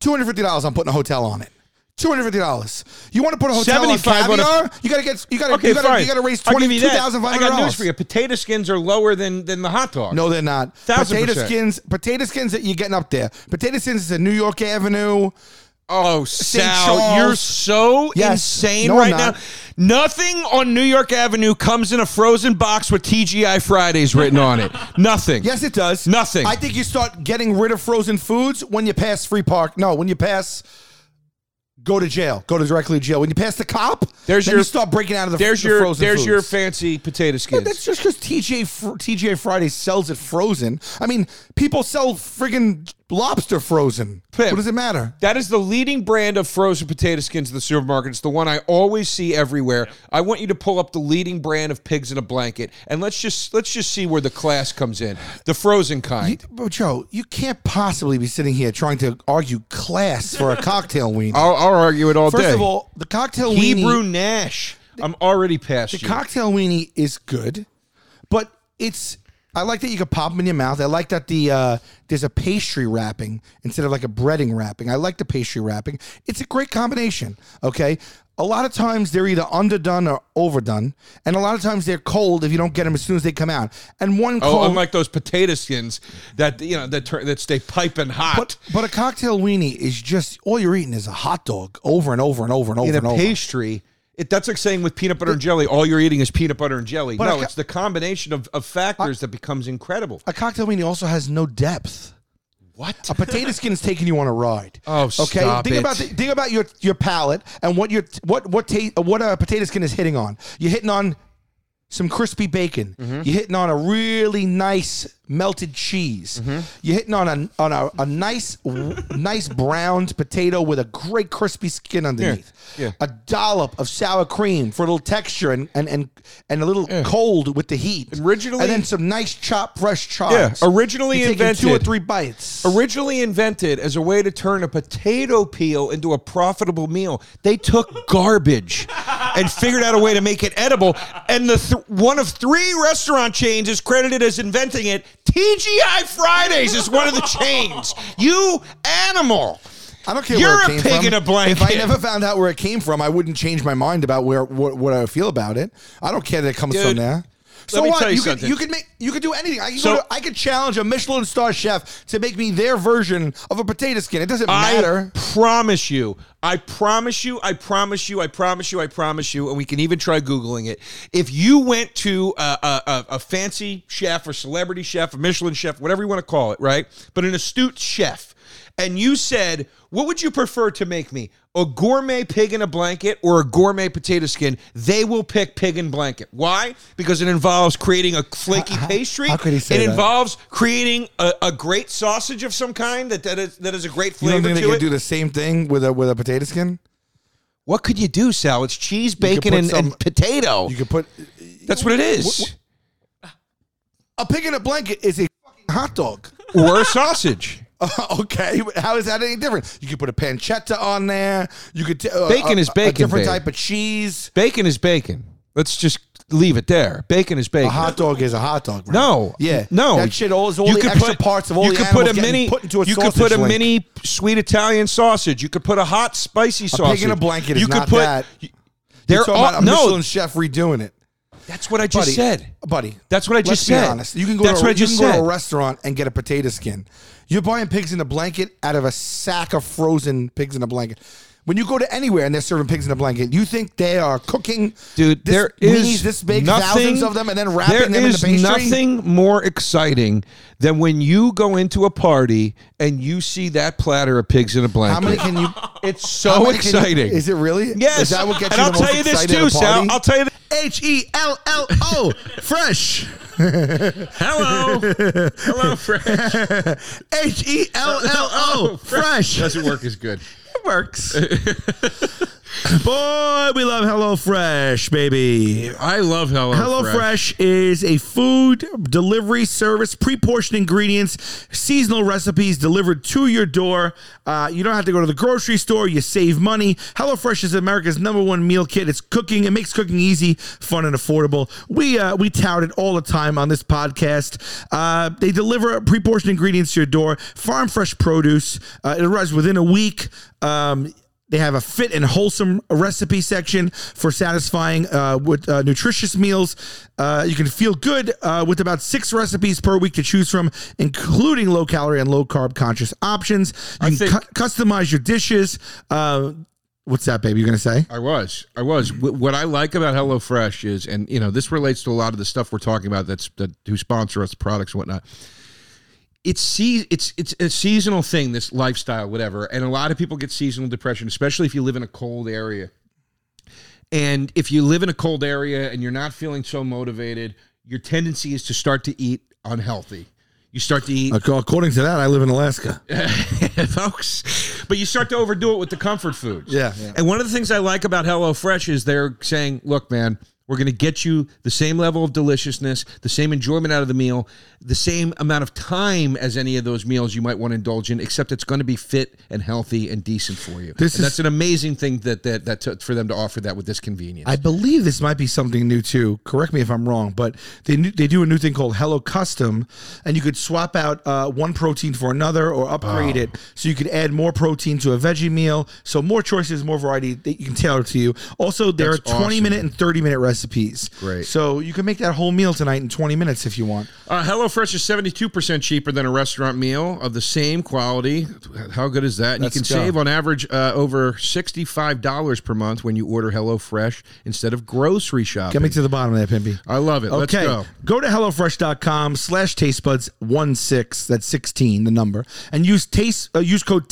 Speaker 2: two hundred fifty dollars. I'm putting a hotel on it. Two hundred fifty dollars. You want to put a hotel on
Speaker 1: 75 on a-
Speaker 2: caviar? you gotta get. You gotta.
Speaker 1: Okay,
Speaker 2: you, gotta
Speaker 1: fine.
Speaker 2: you gotta raise
Speaker 1: I'll give
Speaker 2: twenty
Speaker 1: you
Speaker 2: two
Speaker 1: that.
Speaker 2: thousand five
Speaker 1: I
Speaker 2: hundred
Speaker 1: got news
Speaker 2: dollars.
Speaker 1: for you. Potato skins are lower than than the hot dog.
Speaker 2: No, they're not.
Speaker 1: Thousand
Speaker 2: potato
Speaker 1: percent.
Speaker 2: skins. Potato skins that you're getting up there. Potato skins is a New York Avenue.
Speaker 1: Oh, Sal,
Speaker 2: Charles.
Speaker 1: you're so
Speaker 2: Yes.
Speaker 1: insane
Speaker 2: No, I'm
Speaker 1: right
Speaker 2: not.
Speaker 1: now. Nothing on New York Avenue comes in a frozen box with TGI Fridays written on
Speaker 2: [laughs]
Speaker 1: it. Nothing.
Speaker 2: Yes, it does.
Speaker 1: Nothing.
Speaker 2: I think you start getting rid of frozen foods when you pass free park. No, when you pass. Go to jail. Go to directly to jail. When you pass the cop,
Speaker 1: There's
Speaker 2: then
Speaker 1: your-
Speaker 2: you start breaking out of the
Speaker 1: There's
Speaker 2: the
Speaker 1: your
Speaker 2: frozen
Speaker 1: there's your
Speaker 2: foods.
Speaker 1: fancy potato skins.
Speaker 2: That's just because TJ Fr- TJ Friday sells it frozen. I mean, people sell friggin' lobster frozen.
Speaker 1: Pimp.
Speaker 2: What does it matter?
Speaker 1: That is the leading brand of frozen potato skins in the supermarket. It's the one I always see everywhere. I want you to pull up the leading brand of pigs in a blanket, and let's just let's just see where the class comes in. The frozen
Speaker 2: You,
Speaker 1: kind.
Speaker 2: but Joe, you can't possibly be sitting here trying to argue class
Speaker 1: [laughs]
Speaker 2: for a cocktail weenie.
Speaker 1: I'll, I'll argue it all
Speaker 2: First
Speaker 1: day.
Speaker 2: of all, the cocktail
Speaker 1: Hebrew
Speaker 2: weenie,
Speaker 1: Nash. I'm already past
Speaker 2: the
Speaker 1: you.
Speaker 2: cocktail weenie is good, but it's. I like that you can pop them in your mouth. I like that the uh, there's a pastry wrapping instead of like a breading wrapping. I like the pastry wrapping. It's a great combination. Okay. A lot of times they're either underdone or overdone, and a lot of times they're cold if you don't get them as soon as they come out. And one
Speaker 1: Oh,
Speaker 2: cold,
Speaker 1: unlike those potato skins that you know that turn, that stay piping hot.
Speaker 2: but but a cocktail weenie is just all you're eating is a hot dog over and over and over and over
Speaker 1: in a
Speaker 2: and over.
Speaker 1: pastry, it that's like saying with peanut butter and jelly, all you're eating is peanut butter and jelly.
Speaker 2: But I
Speaker 1: No,
Speaker 2: ca-
Speaker 1: it's the combination of, of factors that becomes incredible.
Speaker 2: A cocktail weenie also has no depth.
Speaker 1: What?
Speaker 2: A potato skin is taking you on a ride.
Speaker 1: Oh, stop
Speaker 2: think
Speaker 1: it.
Speaker 2: about the, think about your your palate and what your what what ta- what a potato skin is hitting on. You're hitting on some crispy bacon.
Speaker 1: Mm-hmm.
Speaker 2: You're hitting on a really nice melted cheese.
Speaker 1: Mm-hmm.
Speaker 2: You're hitting on a on a, a nice nice browned potato with a great crispy skin underneath.
Speaker 1: yeah.
Speaker 2: A dollop of sour cream for a little texture and and and, and a little cold with the heat.
Speaker 1: Originally-
Speaker 2: and then some nice chopped fresh chops.
Speaker 1: Yeah, originally
Speaker 2: You're taking two or
Speaker 1: invented-
Speaker 2: three bites.
Speaker 1: originally invented as a way to turn a potato peel into a profitable meal. They took garbage and figured out a way to make it edible. And the th- one of three restaurant chains is credited as inventing it. TGI Fridays is one of the chains. You animal.
Speaker 2: I don't care
Speaker 1: You're
Speaker 2: where it
Speaker 1: a
Speaker 2: came
Speaker 1: pig
Speaker 2: from.
Speaker 1: in a blanket.
Speaker 2: If I never found out where it came from, I wouldn't change my mind about where what, what I feel about it. I don't care that it comes
Speaker 1: Dude,
Speaker 2: from there. So
Speaker 1: me
Speaker 2: what?
Speaker 1: tell you
Speaker 2: you could
Speaker 1: something.
Speaker 2: you could make you could do anything. I could,
Speaker 1: So-
Speaker 2: go to, I could challenge a Michelin star chef to make me their version of a potato skin. It doesn't
Speaker 1: I
Speaker 2: matter.
Speaker 1: promise you. I promise you. I promise you. I promise you. I promise you. And we can even try googling it. If you went to a, a, a, a fancy chef or celebrity chef, a Michelin chef, whatever you want to call it, right? But an astute chef,
Speaker 5: and you said, "What would you prefer to make me? A gourmet pig in a blanket or a gourmet potato skin?" They will pick pig in blanket. Why? Because it involves creating a flaky pastry.
Speaker 6: how could he say
Speaker 5: It
Speaker 6: that?
Speaker 5: involves creating a, a great sausage of some kind that that is, that is a great
Speaker 6: You
Speaker 5: flavor
Speaker 6: don't think they
Speaker 5: to
Speaker 6: could
Speaker 5: it.
Speaker 6: do the same thing with a with a potato skin?
Speaker 5: what could you do, Sal? It's cheese, bacon,
Speaker 6: put
Speaker 5: and,
Speaker 6: some-
Speaker 5: and potato.
Speaker 6: You could put
Speaker 5: That's what it is.
Speaker 6: a pig in a blanket is a fucking hot
Speaker 2: [laughs]
Speaker 6: dog.
Speaker 5: or a sausage.
Speaker 6: okay, how is that any different? You could put a pancetta on there. You could t- uh,
Speaker 5: Bacon
Speaker 6: a-
Speaker 5: is
Speaker 6: a-
Speaker 5: bacon,
Speaker 6: A different
Speaker 5: babe.
Speaker 6: type of cheese.
Speaker 5: Bacon is bacon. Let's just leave it there. Bacon is
Speaker 6: A
Speaker 5: bacon.
Speaker 6: hot dog is a hot dog. Right?
Speaker 5: No.
Speaker 6: Yeah.
Speaker 5: No.
Speaker 6: That shit all is all the extra parts of all
Speaker 5: you
Speaker 6: the
Speaker 5: could
Speaker 6: animals
Speaker 5: put a
Speaker 6: getting
Speaker 5: mini,
Speaker 6: put into a
Speaker 5: You could
Speaker 6: sausage
Speaker 5: put a
Speaker 6: link.
Speaker 5: mini sweet Italian sausage. You could put a hot spicy sausage.
Speaker 6: in a blanket is
Speaker 5: you
Speaker 6: not
Speaker 5: could put,
Speaker 6: that.
Speaker 5: you- They're
Speaker 6: You're talking
Speaker 5: all,
Speaker 6: about a
Speaker 5: oh, no.
Speaker 6: Michelin chef redoing it.
Speaker 5: That's what I just
Speaker 6: buddy,
Speaker 5: said.
Speaker 6: buddy.
Speaker 5: That's what I
Speaker 6: let's
Speaker 5: just
Speaker 6: be
Speaker 5: said.
Speaker 6: honest. You can go,
Speaker 5: That's
Speaker 6: to, a-
Speaker 5: what I
Speaker 6: you
Speaker 5: just
Speaker 6: can go to
Speaker 5: said.
Speaker 6: a restaurant and get a potato skin. You're buying pigs in a blanket out of a sack of frozen pigs in a blanket. When you go to anywhere and they're serving pigs in a blanket, you think they are cooking,
Speaker 5: Dude,
Speaker 6: This
Speaker 5: there is
Speaker 6: weenies this big,
Speaker 5: nothing,
Speaker 6: thousands of them, and then wrapping
Speaker 5: there
Speaker 6: them in the
Speaker 5: is
Speaker 6: pastry?
Speaker 5: nothing more exciting than when you go into a party and you see that platter of pigs in a blanket.
Speaker 6: How many can you?
Speaker 5: It's
Speaker 6: how
Speaker 5: so
Speaker 6: many can you-
Speaker 5: exciting.
Speaker 6: is it really?
Speaker 5: Yes.
Speaker 6: Is that what gets
Speaker 5: and
Speaker 6: you
Speaker 5: I'll
Speaker 6: the most
Speaker 5: tell you this
Speaker 6: excited at
Speaker 5: too,
Speaker 6: a
Speaker 5: Sal.
Speaker 6: party?
Speaker 5: I'll tell you. [laughs] This.
Speaker 6: H E L L O fresh.
Speaker 5: Hello, hello, Fred.
Speaker 6: H E L L O fresh.
Speaker 2: Doesn't work as good.
Speaker 6: Works.
Speaker 2: [laughs] Boy, we love HelloFresh, baby.
Speaker 5: I love hello.
Speaker 2: HelloFresh is a food delivery service, pre portioned ingredients, seasonal recipes delivered to your door. Uh, you don't have to go to the grocery store, you save money. HelloFresh is America's number one meal kit. It's cooking, it makes cooking easy, fun, and affordable. We, uh, we tout it all the time on this podcast. Uh, they deliver pre portioned ingredients to your door, farm fresh produce. Uh, it arrives within a week. Um, they have a fit and wholesome recipe section for satisfying uh, with uh, nutritious meals. Uh, you can feel good uh, with about six recipes per week to choose from, including low calorie and low carb conscious options. You can
Speaker 5: think-
Speaker 2: cu- customize your dishes. Uh, what's that, baby? You're gonna say?
Speaker 1: I was. I was. Wh- What I like about HelloFresh is, and you know, this relates to a lot of the stuff we're talking about. That's that who sponsor us products and whatnot. It's see, it's it's a seasonal thing. This lifestyle, whatever, and a lot of people get seasonal depression, especially if you live in a cold area. And if you live in a cold area and you're not feeling so motivated, your tendency is to start to eat unhealthy. You start to eat
Speaker 2: According to that, I live in Alaska.
Speaker 1: [laughs] folks. But you start to overdo it with the comfort foods.
Speaker 2: Yeah, yeah.
Speaker 1: And one of the things I like about HelloFresh is they're saying, look, man, we're going to get you the same level of deliciousness, the same enjoyment out of the meal, the same amount of time as any of those meals you might want to indulge in, except it's going to be fit and healthy and decent for you.
Speaker 2: This
Speaker 1: and
Speaker 2: is-
Speaker 1: that's an amazing thing that that that took for them to offer that with this convenience.
Speaker 2: I believe this might be something new too. Correct me if I'm wrong, but they knew, they do a new thing called Hello Custom, and you could swap out uh, one protein for another or upgrade
Speaker 1: Ah.
Speaker 2: it, so you could add more protein to a veggie meal. So more choices, more variety that you can tailor to you. Also, there
Speaker 1: That's
Speaker 2: are 20
Speaker 1: awesome.
Speaker 2: minute and 30 minute recipes.
Speaker 1: Great.
Speaker 2: So you can make that whole meal tonight in 20 minutes if you want.
Speaker 1: Uh, HelloFresh is 72% cheaper than a restaurant meal of the same quality. How good is that? And you can
Speaker 2: go.
Speaker 1: save on average uh, over $65 per month when you order HelloFresh instead of grocery
Speaker 2: Get
Speaker 1: shopping.
Speaker 2: me to the bottom of that, Pimpy.
Speaker 1: I love it. Let's
Speaker 2: Okay.
Speaker 1: go.
Speaker 2: to HelloFresh.com slash tastebuds16. That's 16, the number. And use taste uh, use code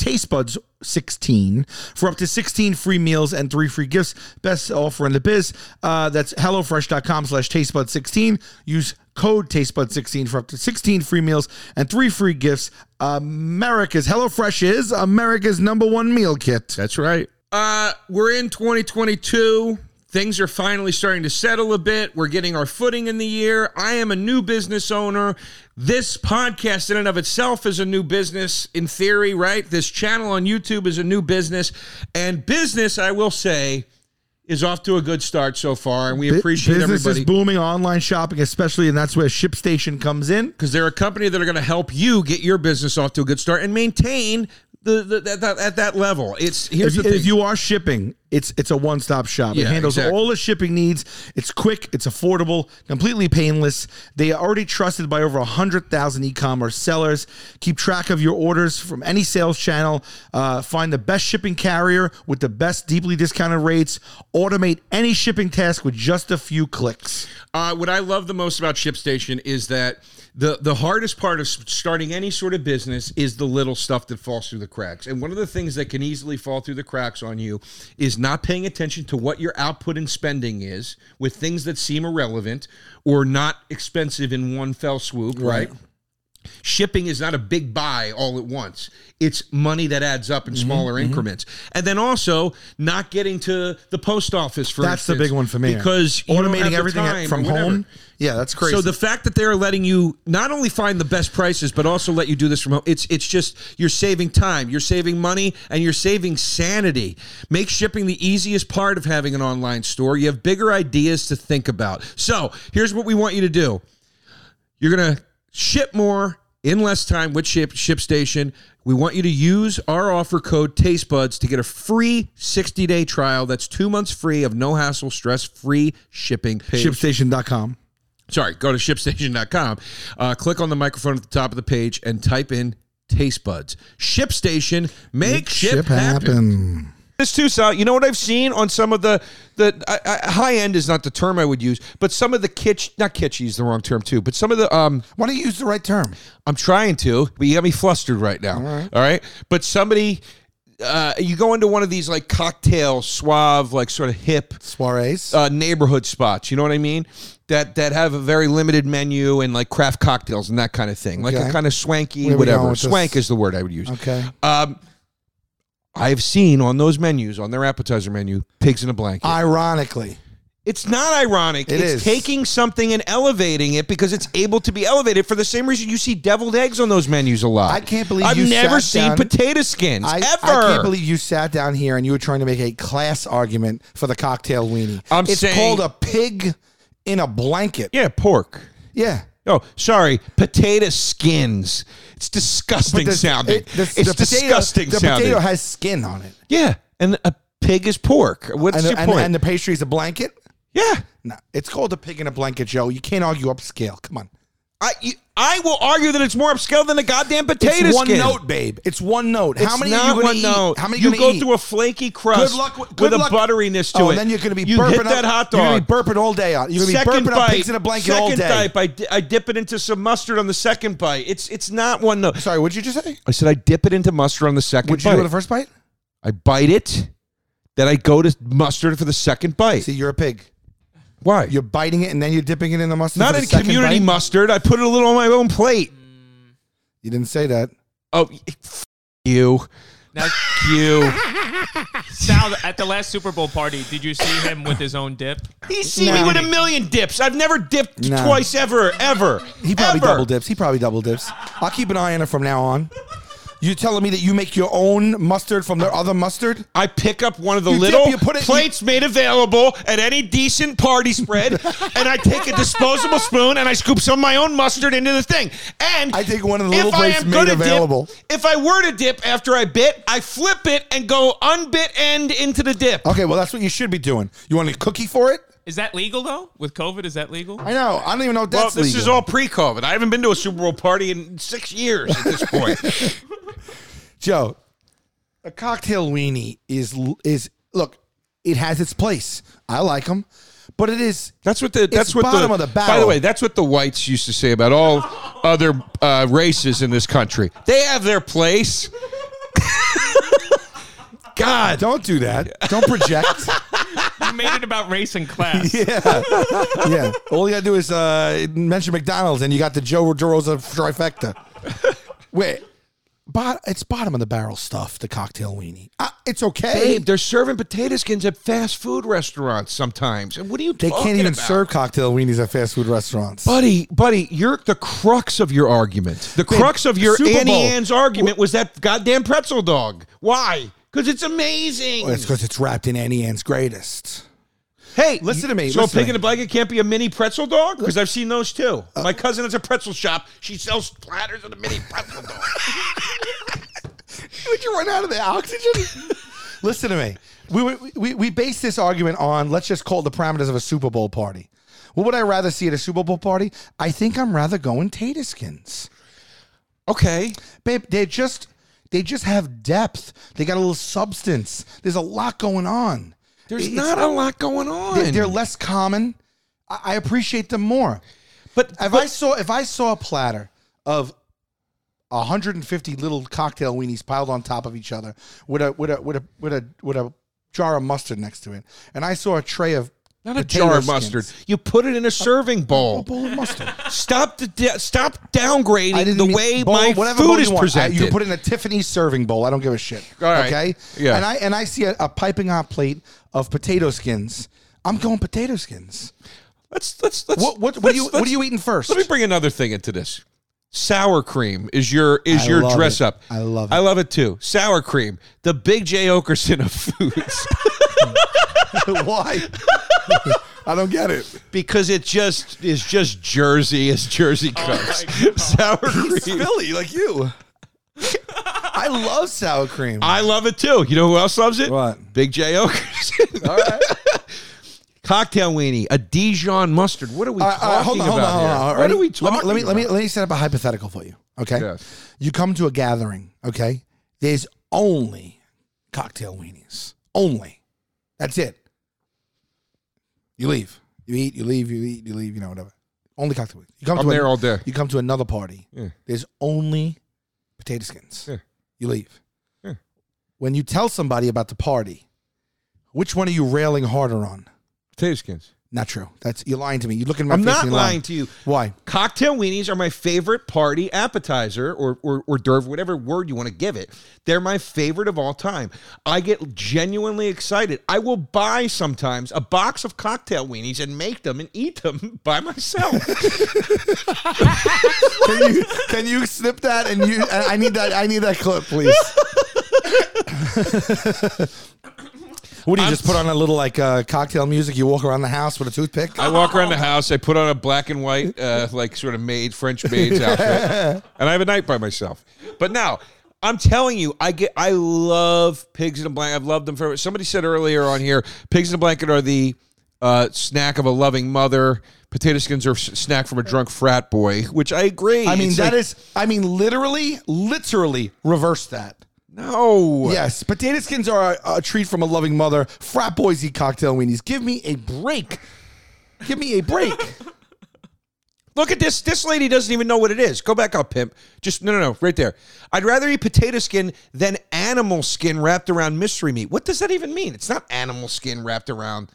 Speaker 2: tastebuds16 for up to 16 free meals and three free gifts. Best offer in the biz. Uh, that's HelloFresh.com slash tastebuds16. Use code tastebuds16 for up to 16 free meals and three free gifts. America's HelloFresh is America's number one meal kit.
Speaker 1: That's right. Uh, we're in 2022. Things are finally starting to settle a bit. We're getting our footing in the year. I am a new business owner. This podcast, in and of itself, is a new business in theory, right? This channel on YouTube is a new business. And business, I will say, is off to a good start so far. And we
Speaker 2: Bu-
Speaker 1: appreciate
Speaker 2: business
Speaker 1: everybody.
Speaker 2: is booming online shopping especially and that's where ShipStation comes in
Speaker 1: because they're a company that are going to help you get your business off to a good start and maintain the, the, that, that, at that level. It's here's
Speaker 2: if,
Speaker 1: the thing.
Speaker 2: if you are shipping,
Speaker 7: It's it's a one stop shop. it
Speaker 8: Yeah,
Speaker 7: handles
Speaker 8: exactly.
Speaker 7: all the shipping needs. It's quick. It's affordable. Completely painless. They are already trusted by over hundred thousand e-commerce sellers. Keep track of your orders from any sales channel. Uh, find the best shipping carrier with the best deeply discounted rates. Automate any shipping task with just a few clicks.
Speaker 8: Uh, what I love the most about ShipStation is that the the hardest part of s- starting any sort of business is the little stuff that falls through the cracks. And one of the things that can easily fall through the cracks on you is not paying attention to what your output and spending is with things that seem irrelevant or not expensive in one fell swoop, right? shipping is not a big buy all at once. It's money that adds up in
Speaker 7: Mm-hmm,
Speaker 8: smaller increments. And then also not getting to the post office for
Speaker 7: That's the
Speaker 8: instance,
Speaker 7: big one for me.
Speaker 8: because you don't have
Speaker 7: automating
Speaker 8: the
Speaker 7: everything
Speaker 8: time
Speaker 7: from
Speaker 8: or whatever.
Speaker 7: home. Yeah, that's crazy.
Speaker 1: So the fact that they're letting you not only find the best prices, but also let you do this from home, it's it's just you're saving time, you're saving money, and you're saving sanity. Make shipping the easiest part of having an online store. You have bigger ideas to think about. So here's what we want you to do. You're gonna ship more in less time with Ship ShipStation. We want you to use our offer code TasteBuds to get a free 60 day trial. That's two months free of no hassle, stress free shipping.
Speaker 7: ShipStation.com.
Speaker 1: Sorry, go to shipstation.com, uh, click on the microphone at the top of the page, and type in taste buds. ShipStation, make, ship, happen. This too, Sal. You know what I've seen on some of the the I, I, high end is not the term I would use, but some of the kitsch, not kitschy is the wrong term too, but some of the um,
Speaker 2: Why don't you use the right term?
Speaker 1: I'm trying to, but you got me flustered right now. All right. But somebody, uh, you go into one of these like cocktail, suave, like sort of hip
Speaker 2: Soirees.
Speaker 1: uh, neighborhood spots. You know what I mean? That that have a very limited menu and like craft cocktails and that kind of thing. Like
Speaker 2: Okay.
Speaker 1: a kind of swanky
Speaker 2: Where we going
Speaker 1: whatever.
Speaker 2: with
Speaker 1: Swank
Speaker 2: this?
Speaker 1: is the word I would use.
Speaker 2: okay.
Speaker 1: Um, I've seen on those menus, on their appetizer menu, pigs in a blanket.
Speaker 2: Ironically.
Speaker 1: it's not ironic.
Speaker 2: It
Speaker 1: it's
Speaker 2: is.
Speaker 1: taking something and elevating it because it's able to be elevated for the same reason you see deviled eggs on those menus a lot.
Speaker 2: I can't believe
Speaker 1: I've
Speaker 2: you
Speaker 1: never
Speaker 2: sat
Speaker 1: seen
Speaker 2: down-
Speaker 1: potato skins
Speaker 2: I,
Speaker 1: ever.
Speaker 2: I can't believe you sat down here and you were trying to make a class argument for the cocktail weenie.
Speaker 1: I'm
Speaker 2: it's
Speaker 1: saying-
Speaker 2: called a pig in a blanket.
Speaker 1: yeah, pork.
Speaker 2: Yeah.
Speaker 1: Oh, sorry, potato skins. It's disgusting
Speaker 2: The-
Speaker 1: sounding.
Speaker 2: it- the-
Speaker 1: it's
Speaker 2: the potato-
Speaker 1: disgusting
Speaker 2: The
Speaker 1: sounding.
Speaker 2: potato has skin on it.
Speaker 1: yeah, and a pig is pork. What's
Speaker 2: And,
Speaker 1: your
Speaker 2: the, and,
Speaker 1: point?
Speaker 2: and the pastry's a blanket.
Speaker 1: yeah,
Speaker 2: No, it's called a pig in a blanket, Joe. You can't argue upscale. Come on.
Speaker 1: I you- I will argue that it's more upscale than a goddamn potato
Speaker 2: it's one
Speaker 1: skin.
Speaker 2: note, babe. It's one note. How
Speaker 1: It's
Speaker 2: many
Speaker 1: not
Speaker 2: are you
Speaker 1: one
Speaker 2: going to eat?
Speaker 1: note.
Speaker 2: How many
Speaker 1: you
Speaker 2: gonna
Speaker 1: go
Speaker 2: eat?
Speaker 1: through a flaky crust
Speaker 2: Good luck with,
Speaker 1: with
Speaker 2: good luck.
Speaker 1: a butteriness to
Speaker 2: oh,
Speaker 1: it.
Speaker 2: And then you're going to be
Speaker 1: you
Speaker 2: burping
Speaker 1: hit that
Speaker 2: up,
Speaker 1: hot
Speaker 2: You're
Speaker 1: dog.
Speaker 2: going to be burping all day. On, you're going to be burping up pigs in a blanket
Speaker 1: second
Speaker 2: all day.
Speaker 1: bite. I, di- I dip it into some mustard on the second bite. It's it's not one note.
Speaker 2: Sorry, what'd you just say?
Speaker 1: I said I dip it into mustard on the second
Speaker 2: What'd you
Speaker 1: bite.
Speaker 2: do with the first bite?
Speaker 1: I bite it, then I go to mustard for the second bite.
Speaker 2: See, you're a pig.
Speaker 1: Why?
Speaker 2: You're biting it and then you're dipping it in the mustard.
Speaker 1: not
Speaker 2: for the
Speaker 1: in
Speaker 2: second
Speaker 1: community
Speaker 2: bite?
Speaker 1: mustard. I put it a little on my own plate.
Speaker 2: You didn't say that.
Speaker 1: Oh, f- you.
Speaker 4: Now,
Speaker 1: You.
Speaker 4: Sal, at the last Super Bowl party, did you see him with his own dip?
Speaker 1: He's seen
Speaker 2: No.
Speaker 1: me with a million dips. I've never dipped
Speaker 2: No.
Speaker 1: twice ever, ever.
Speaker 2: He probably
Speaker 1: ever.
Speaker 2: double dips. He probably double dips. I'll keep an eye on it from now on. You telling me that you make your own mustard from the other mustard?
Speaker 1: I pick up one of the
Speaker 2: You dip,
Speaker 1: little
Speaker 2: you put it-
Speaker 1: plates made available at any decent party spread,
Speaker 2: [laughs]
Speaker 1: and I take a disposable spoon and I scoop some of my own mustard into the thing. And
Speaker 2: I take one of the
Speaker 1: if
Speaker 2: little
Speaker 1: I
Speaker 2: plates
Speaker 1: am gonna
Speaker 2: made available.
Speaker 1: Dip, if I were to dip after I bit, I flip it and go unbit end into the dip.
Speaker 2: Okay, well that's what you should be doing. You want a cookie for it?
Speaker 4: Is that legal though? With COVID, is that legal?
Speaker 2: I know. I don't even know if that's
Speaker 1: well, this
Speaker 2: legal.
Speaker 1: is all pre-COVID. I haven't been to a Super Bowl party in six years at this point.
Speaker 2: Joe, a cocktail weenie is is look. It has its place. I like them, but it is
Speaker 1: [laughs] That's what the that's what
Speaker 2: bottom
Speaker 1: the,
Speaker 2: of the
Speaker 1: By
Speaker 2: barrel.
Speaker 1: the way, that's what the whites used to say about all other uh, races in this country. They have their place. [laughs] God,
Speaker 2: Don't do that.
Speaker 1: [laughs]
Speaker 2: Don't project.
Speaker 4: You made it about race and class.
Speaker 2: yeah. Yeah. All you got to do is uh, mention McDonald's and you got the Joe DeRosa trifecta. Wait. But it's bottom of the barrel stuff, the cocktail weenie. Uh, it's okay.
Speaker 1: babe, they're serving potato skins at fast food restaurants sometimes. And what are you?
Speaker 2: they
Speaker 1: talking
Speaker 2: can't even
Speaker 1: about?
Speaker 2: serve cocktail weenies at fast food restaurants.
Speaker 1: Buddy, buddy, you're the crux of your argument. The crux of your
Speaker 2: Super
Speaker 1: Annie
Speaker 2: Bowl.
Speaker 1: Ann's argument was that goddamn pretzel dog. Why? Because it's amazing.
Speaker 2: Well, Oh, it's because it's wrapped in Annie Ann's greatest.
Speaker 1: Hey,
Speaker 2: Listen to me,
Speaker 1: So
Speaker 2: listen to
Speaker 1: a pig
Speaker 2: me. Uh,
Speaker 1: in a blanket can't be a mini pretzel dog because I've seen those too. My cousin has a pretzel shop. She sells platters of the mini pretzel
Speaker 2: [laughs]
Speaker 1: dog.
Speaker 2: Would you run out of the oxygen? [laughs] Listen to me. we, were, we we based this argument on let's just call it the parameters of a Super Bowl party. What would I rather see at a Super Bowl party? I think I'm rather going Taterskins.
Speaker 1: Okay.
Speaker 2: Babe, they just they just have depth. They got a little substance. There's a lot going on.
Speaker 1: There's
Speaker 2: It's-
Speaker 1: not a lot going on.
Speaker 2: They're, they're less common. I, I appreciate them more.
Speaker 1: but
Speaker 2: If
Speaker 1: but-
Speaker 2: I saw if I saw a platter of 150 little cocktail weenies piled on top of each other with a with a with a with a with a jar of mustard next to it, and I saw a tray of
Speaker 1: not a
Speaker 2: potato
Speaker 1: jar of
Speaker 2: skins. Uh,
Speaker 1: mustard. You put it in a serving
Speaker 2: a [laughs]
Speaker 1: bowl.
Speaker 2: bowl of mustard.
Speaker 1: Stop the da- stop downgrading the
Speaker 2: mean-
Speaker 1: way
Speaker 2: bowl,
Speaker 1: my
Speaker 2: whatever bowl
Speaker 1: food
Speaker 2: you
Speaker 1: is
Speaker 2: want. I-
Speaker 1: presented.
Speaker 2: You put it in a Tiffany serving bowl. I don't give a shit.
Speaker 1: All right.
Speaker 2: Okay.
Speaker 1: Yeah.
Speaker 2: And I and I see a, a piping hot plate of potato skins. I'm going potato skins.
Speaker 1: let's let's let's
Speaker 2: What what what
Speaker 1: let's-
Speaker 2: are you what
Speaker 1: let's-
Speaker 2: are you eating first?
Speaker 1: Let me bring another thing into this. Sour cream is your is
Speaker 2: I
Speaker 1: your
Speaker 2: love
Speaker 1: dress
Speaker 2: it.
Speaker 1: up.
Speaker 2: I love it.
Speaker 1: I love it too. Sour cream, the Big J Okerson of [laughs] foods,
Speaker 2: [laughs] Why? I don't get it.
Speaker 1: because it just is just Jersey as Jersey comes. [laughs] sour cream.
Speaker 2: Philly, like you. I love sour cream.
Speaker 1: I love it too. You know who else loves it?
Speaker 2: What?
Speaker 1: Big J
Speaker 2: [laughs]
Speaker 1: Okerson. All right. [laughs] Cocktail weenie, a Dijon mustard. What are we
Speaker 2: All right, all right,
Speaker 1: talking about here? What
Speaker 2: Ready?
Speaker 1: are we talking
Speaker 2: Let me
Speaker 1: about?
Speaker 2: let me, let me let me set up a hypothetical for you. Okay.
Speaker 8: Yes.
Speaker 2: You come to a gathering. Okay. There's only cocktail weenies. Only. That's it. You leave. You eat. You leave. You eat. You leave. You know whatever. Only cocktail weenies. You come
Speaker 8: I'm
Speaker 2: to a-
Speaker 8: there all day.
Speaker 2: You come to another party.
Speaker 8: Yeah.
Speaker 2: There's only potato skins.
Speaker 8: Yeah.
Speaker 2: You leave.
Speaker 8: Yeah.
Speaker 2: When you tell somebody about the party, which one are you railing harder on?
Speaker 8: Potato skins.
Speaker 2: Not true. That's you're lying to me. You look in my
Speaker 1: I'm
Speaker 2: face.
Speaker 1: not
Speaker 2: and you're
Speaker 1: lying to you.
Speaker 2: Why?
Speaker 1: Cocktail weenies are my favorite party appetizer or or, or d'oeuvre, whatever word you want to give it. They're my favorite of all time. I get genuinely excited. I will buy sometimes a box of cocktail weenies and make them and eat them [laughs] by myself.
Speaker 2: [laughs] Can you can you snip that and you? and I need that. I need that clip, [laughs] please. what do you just put on a little like uh, cocktail music? You walk around the house with a toothpick.
Speaker 1: I walk around the
Speaker 2: Oh.
Speaker 1: house. I put on a black and white, uh, like sort of maid French
Speaker 2: [laughs]
Speaker 1: maid's outfit, and I have a night by myself. But now, I'm telling you, I get. I love pigs in a blanket. I've loved them forever. Somebody said earlier on here, pigs in a blanket are the uh, snack of a loving mother. Potato skins are a s- snack from a drunk frat boy, which I agree.
Speaker 2: I mean
Speaker 1: It's
Speaker 2: that
Speaker 1: like,
Speaker 2: is. I mean literally, literally reverse that.
Speaker 1: no.
Speaker 2: Yes, potato skins are a, a treat from a loving mother. Frat boys eat cocktail weenies. Give me a break. Give me a break.
Speaker 1: Look at this. This lady doesn't even know what it is. Go back up, pimp. Just no, no, no, right there. I'd rather eat potato skin than animal skin wrapped around mystery meat. What does that even mean? It's not animal skin wrapped around.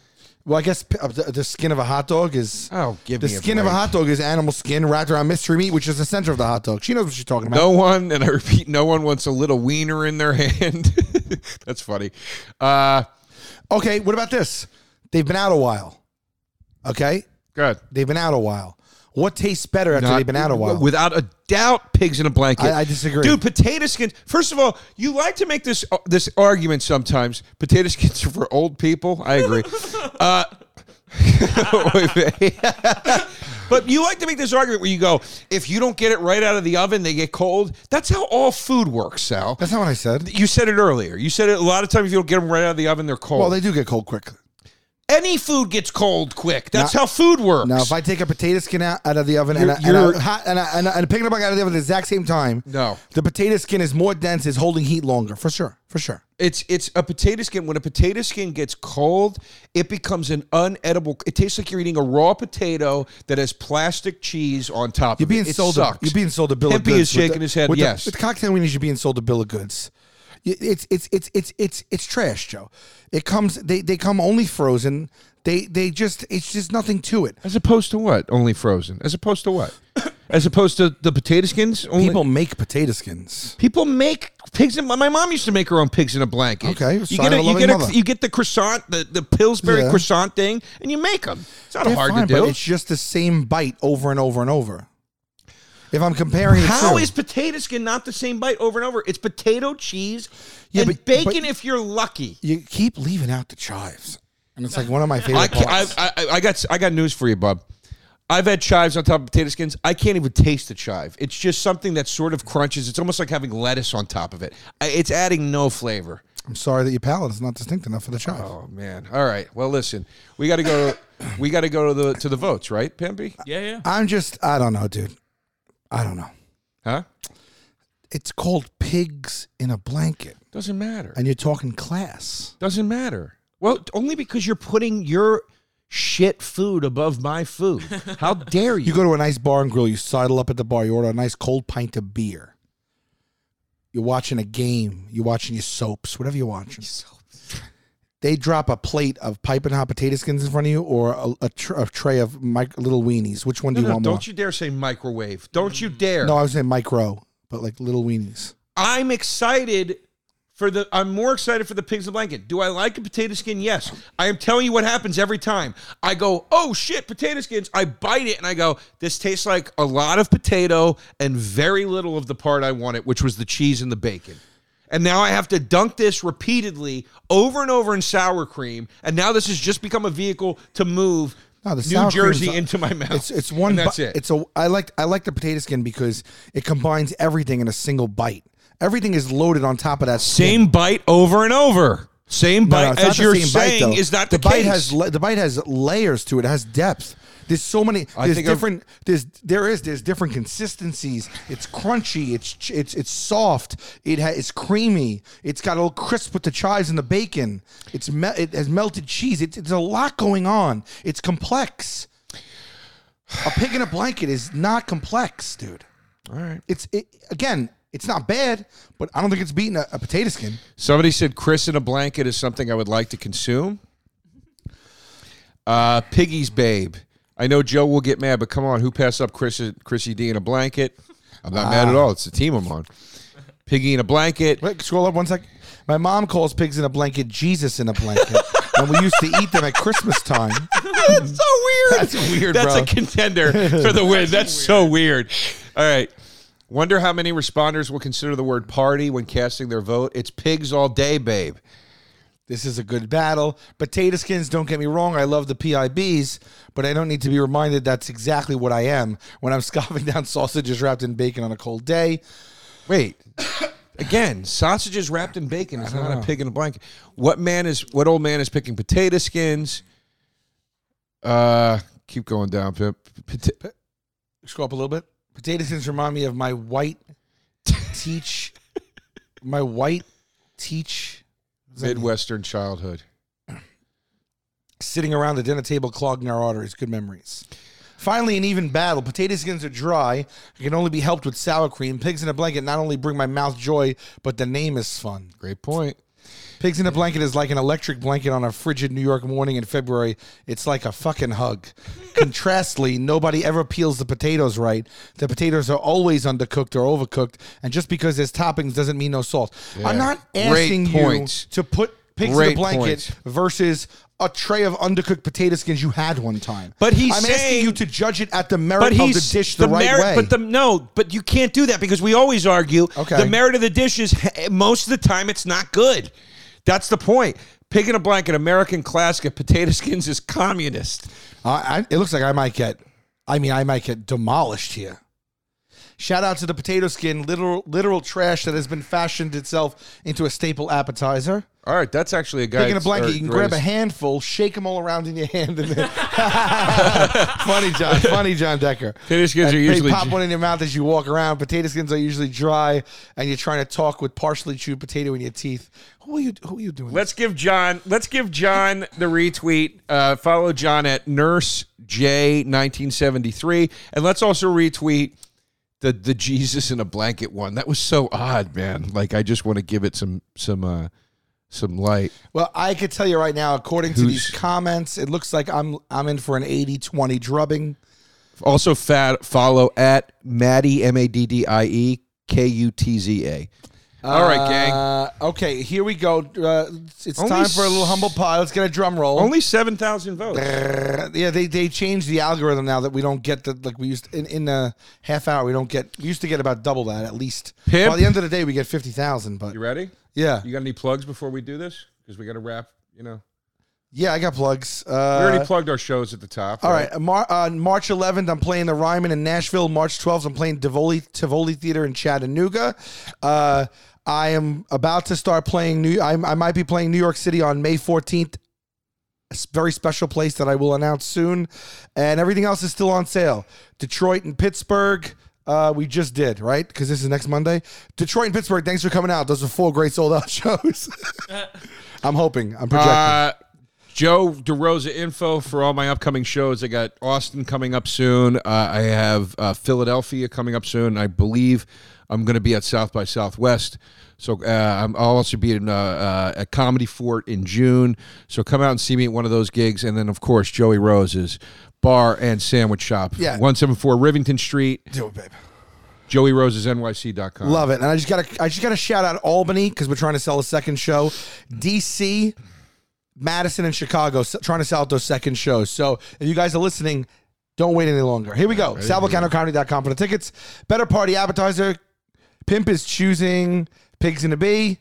Speaker 2: Well, I guess p- uh, the, the skin of a hot dog is.
Speaker 1: Oh, give
Speaker 2: the
Speaker 1: me a
Speaker 2: skin of a
Speaker 1: break.
Speaker 2: hot dog is animal skin wrapped around mystery meat, which is the center of the hot dog. She knows what she's talking about.
Speaker 1: No one, and I repeat, no one wants a little wiener in their [laughs] hand. That's funny. Uh,
Speaker 2: Okay, what about this? They've been out a while. Okay,
Speaker 8: Good.
Speaker 2: they've been out a while. What tastes better after they've been out a while?
Speaker 1: Without a doubt, pigs in a blanket.
Speaker 2: I- I disagree.
Speaker 1: dude. Potato skins. First of all, you like to make this uh, this argument sometimes. Potato skins are for old people. I agree.
Speaker 2: [laughs]
Speaker 1: uh, [laughs] but you like to make this argument where you go, if you don't get it right out of the oven, they get cold. That's how all food works, Sal.
Speaker 2: That's not what I said.
Speaker 1: You said it earlier. You said it a lot of times. If you don't get them right out of the oven, they're cold.
Speaker 2: Well, they do get cold quick.
Speaker 1: Any food gets cold quick. That's
Speaker 2: Now-
Speaker 1: how food works.
Speaker 2: Now, if I take a potato skin out, out of the oven and I, and,
Speaker 1: You're-
Speaker 2: I,
Speaker 1: you're-
Speaker 2: hot, and, I, and, I, and pick it up out of the oven at the exact same time,
Speaker 1: No.
Speaker 2: the potato skin is more dense, is holding heat longer, for sure, for sure.
Speaker 1: It's it's a potato skin. When a potato skin gets cold, it becomes an unedible. It tastes like you're eating a raw potato that has plastic cheese on top.
Speaker 2: You're being
Speaker 1: of it. It
Speaker 2: sold.
Speaker 1: sucks.
Speaker 2: A, you're being sold a bill of
Speaker 1: Hempy
Speaker 2: goods.
Speaker 1: is
Speaker 2: with
Speaker 1: shaking
Speaker 2: the-
Speaker 1: his head.
Speaker 2: With the-
Speaker 1: Yes.
Speaker 2: with the cocktail weenies, you're being sold a bill of goods. Y- It's it's it's it's it's it's trash, Joe. It comes. They they come only frozen. They they just it's just nothing to it.
Speaker 8: As opposed to what? Only frozen. As opposed to
Speaker 1: [coughs]
Speaker 8: what?
Speaker 1: As opposed to the potato skins, only
Speaker 2: People make potato skins.
Speaker 1: People make pigs in. My mom used to make her own pigs in a blanket.
Speaker 2: Okay,
Speaker 1: you
Speaker 2: sign
Speaker 1: get
Speaker 2: of
Speaker 1: a,
Speaker 2: a
Speaker 1: you
Speaker 2: loving
Speaker 1: get a,
Speaker 2: mother.
Speaker 1: you get the croissant, the, the Pillsbury
Speaker 2: Yeah.
Speaker 1: croissant thing, and you make them. It's not
Speaker 2: They're
Speaker 1: hard
Speaker 2: fine,
Speaker 1: to
Speaker 2: but
Speaker 1: do.
Speaker 2: It's just the same bite over and over and over. If I'm comparing, the
Speaker 1: How
Speaker 2: two-
Speaker 1: is potato skin not the same bite over and over? It's potato cheese
Speaker 2: Yeah,
Speaker 1: and
Speaker 2: but-
Speaker 1: bacon
Speaker 2: but-
Speaker 1: if you're lucky.
Speaker 2: you keep leaving out the chives? And it's like one of my favorite
Speaker 1: I, can't,
Speaker 2: parts.
Speaker 1: I, I, I got I got news for you, Bub. I've had chives on top of potato skins. I can't even taste the chive. It's just something that sort of crunches. It's almost like having lettuce on top of it. I- It's adding no flavor.
Speaker 2: I'm sorry that your palate is not distinct enough for the child.
Speaker 1: Oh man! All right. Well, listen, we got to go. we got to go to the to the votes, right, Pimpy?
Speaker 4: Yeah, [laughs] yeah.
Speaker 2: I'm just, I don't know, dude. I don't know.
Speaker 1: Huh?
Speaker 2: It's called pigs in a blanket,
Speaker 1: Doesn't matter.
Speaker 2: and you're talking class.
Speaker 1: Doesn't matter. Well, t- only because you're putting your shit food above my food. How dare [laughs] you?
Speaker 2: You go to a nice bar and grill. You sidle up at the bar. You order a nice cold pint of beer. You're watching a game. You're watching your soaps, whatever you're watching. They drop a plate of pipe and hot potato skins in front of you, or a, a, tr- a tray of mic- little weenies. Which one
Speaker 1: no,
Speaker 2: do you
Speaker 1: no,
Speaker 2: want more?
Speaker 1: don't you dare say microwave. Don't you dare.
Speaker 2: No, I was saying micro, but like little weenies.
Speaker 1: I'm excited for the. I'm more excited for the pigs in the blanket. Do I like a potato skin? Yes. I am telling you what happens every time. I go, oh shit, potato skins. I bite it and I go, this tastes like a lot of potato and very little of the part I wanted, which was the cheese and the bacon. And now I have to dunk this repeatedly over and over in sour cream. And now this has just become a vehicle to move
Speaker 2: No, the
Speaker 1: New
Speaker 2: sour cream's
Speaker 1: Jersey
Speaker 2: not-
Speaker 1: into my mouth.
Speaker 2: It's it's one.
Speaker 1: And that's
Speaker 2: bi-
Speaker 1: it.
Speaker 2: It's a. I like I like the potato skin because it combines everything in a single bite. Everything is loaded on top of that skin.
Speaker 1: same bite over and over. Same
Speaker 2: No, no,
Speaker 1: bite
Speaker 2: it's not
Speaker 1: as
Speaker 2: the
Speaker 1: you're
Speaker 2: same bite,
Speaker 1: saying
Speaker 2: though.
Speaker 1: is not the,
Speaker 2: the bite
Speaker 1: case.
Speaker 2: has la- the bite has layers to it. It has depth. There's so many. There's
Speaker 1: think I've-
Speaker 2: different. There's there is there's different consistencies. It's crunchy. It's ch- it's it's soft. It ha, it's creamy. It's got a little crisp with the chives and the bacon. It's me, it has melted cheese. It, it's a lot going on. It's complex. A pig in a blanket is not complex, dude.
Speaker 1: All right.
Speaker 2: It's it, again. It's not bad, but I don't think it's beating a, a potato skin.
Speaker 1: Somebody said Chris in a blanket is something I would like to consume. Uh, Piggy's babe. I know Joe will get mad, but come on, who passed up Chris, Chrissy D in a blanket? I'm not mad
Speaker 2: Ah.
Speaker 1: at all. It's the team I'm on. Piggy in a blanket. [laughs]
Speaker 2: Wait, scroll up one sec. My mom calls pigs in a blanket Jesus in a blanket, [laughs] and we used to eat them at Christmas time.
Speaker 1: That's so weird. That's
Speaker 2: weird,
Speaker 1: That's
Speaker 2: bro.
Speaker 1: a contender for the win. That's, so weird. All right. Wonder how many responders will consider the word party when casting their vote. It's pigs all day, babe.
Speaker 2: This is a good battle. Potato skins, don't get me wrong, I love the PIBs, but I don't need to be reminded that's exactly what I am when I'm [laughs] scoffing down sausages wrapped in bacon on a cold day.
Speaker 1: Wait. Again, sausages wrapped in bacon is not a pig in a blanket. What man is what old man is picking potato skins? Uh keep going down, Pip. Pota-
Speaker 2: Scroll up a little bit. Potato skins remind me of my white teach, my white teach
Speaker 1: Midwestern childhood.
Speaker 2: sitting around the dinner table clogging our arteries. Good memories. Finally, an even battle. Potato skins are dry and can only be helped with sour cream. Pigs in a blanket not only bring my mouth joy, but the name is fun.
Speaker 1: Great point.
Speaker 2: Pigs in a blanket is like an electric blanket on a frigid New York morning in February. It's like a
Speaker 1: [laughs]
Speaker 2: fucking hug. Contrastly, nobody ever peels the potatoes right. The potatoes are always undercooked or overcooked, and just because there's toppings doesn't mean no salt. I'm not
Speaker 1: Great
Speaker 2: asking you
Speaker 1: point.
Speaker 2: to put pigs in
Speaker 1: Great
Speaker 2: a blanket
Speaker 1: point.
Speaker 2: versus a tray of undercooked potato skins you had one time.
Speaker 1: But he's
Speaker 2: I'm
Speaker 1: saying-
Speaker 2: asking you to judge it at the merit of the dish the, right
Speaker 1: merit,
Speaker 2: way.
Speaker 1: But the no, but you can't do that because we always argue
Speaker 2: Okay.
Speaker 1: the merit of the dish is eh, most of the time it's not good. That's the point. Pig in a blanket, American classic of potato skins is communist.
Speaker 2: I, I, it looks like I might get, I mean, I might get demolished here. Shout out to the potato skin, literal, literal trash that has been fashioned itself into a staple appetizer.
Speaker 1: All right, that's actually a guy.
Speaker 2: Taking a blanket, you can grab a
Speaker 1: hand.
Speaker 2: handful, shake them all around in your hand, and then [laughs] funny John, funny John Decker.
Speaker 1: Potato skins
Speaker 2: And
Speaker 1: are
Speaker 2: they
Speaker 1: usually
Speaker 2: pop
Speaker 1: dr-
Speaker 2: one in your mouth as you walk around. Potato skins are usually dry, and you're trying to talk with partially chewed potato in your teeth. Who are you? Who are you doing?
Speaker 1: Let's give John. Let's give John the retweet. Uh, follow John at Nurse J 1973, and let's also retweet the the Jesus in a blanket one. That was so odd, man. Like I just want to give it some some uh, some light.
Speaker 2: Well, I could tell you right now, according to
Speaker 1: Who's-
Speaker 2: these comments, it looks like I'm I'm in for an 80-20 drubbing.
Speaker 1: Also, fat, follow at Maddie M A D D I E K U T Z A. All right, gang.
Speaker 2: Uh, okay, here we go. Uh, it's- it's
Speaker 1: Only
Speaker 2: time for a little
Speaker 1: s-
Speaker 2: humble pie. Let's get a drum roll. Uh,
Speaker 1: Only seven thousand
Speaker 2: [laughs]
Speaker 1: votes.
Speaker 2: yeah, they they changed the algorithm now that we don't get the like we used in in a half hour. We don't get we used to get about double that at least.
Speaker 1: Pip?
Speaker 2: By the end of the day, we get fifty thousand. But
Speaker 1: You ready?
Speaker 2: yeah,
Speaker 8: You got any plugs before we do this? Because we got to wrap. You know,
Speaker 2: Yeah, I got plugs. Uh,
Speaker 1: We already plugged our shows at the top.
Speaker 2: All right, uh, Mar- on March 11th, I'm playing the Ryman in Nashville. March 12th, I'm playing Tivoli, Tivoli Theater in Chattanooga. Uh, I am about to start playing New. I, I might be playing New York City on May 14th. A s- very special place that I will announce soon, and everything else is still on sale. Detroit and Pittsburgh. Uh, we just did right because this is next Monday. Detroit and Pittsburgh. Thanks for coming out. Those are four great sold out [laughs] shows. I'm hoping. I'm projecting.
Speaker 1: Uh, Joe DeRosa info for all my upcoming shows. I got Austin coming up soon. Uh, I have uh, Philadelphia coming up soon. I believe I'm going to be at South by Southwest. So uh, I'm, I'll also be in uh, uh, at Comedy Fort in June. So come out and see me at one of those gigs. And then, of course, Joey Rose's Bar and Sandwich Shop.
Speaker 2: Yeah.
Speaker 1: 174 Rivington Street,
Speaker 2: Do it, babe.
Speaker 1: Joey Rose's NYC.com.
Speaker 2: Love it. And I just gotta I just gotta shout out Albany because we're trying to sell a second show. DC, Madison, and Chicago s- trying to sell out those second shows. So if you guys are listening, don't wait any longer. Here we go. SalvoCounterComedy.com for the tickets. Better Party Appetizer. Pimp is choosing Pigs in a Bee.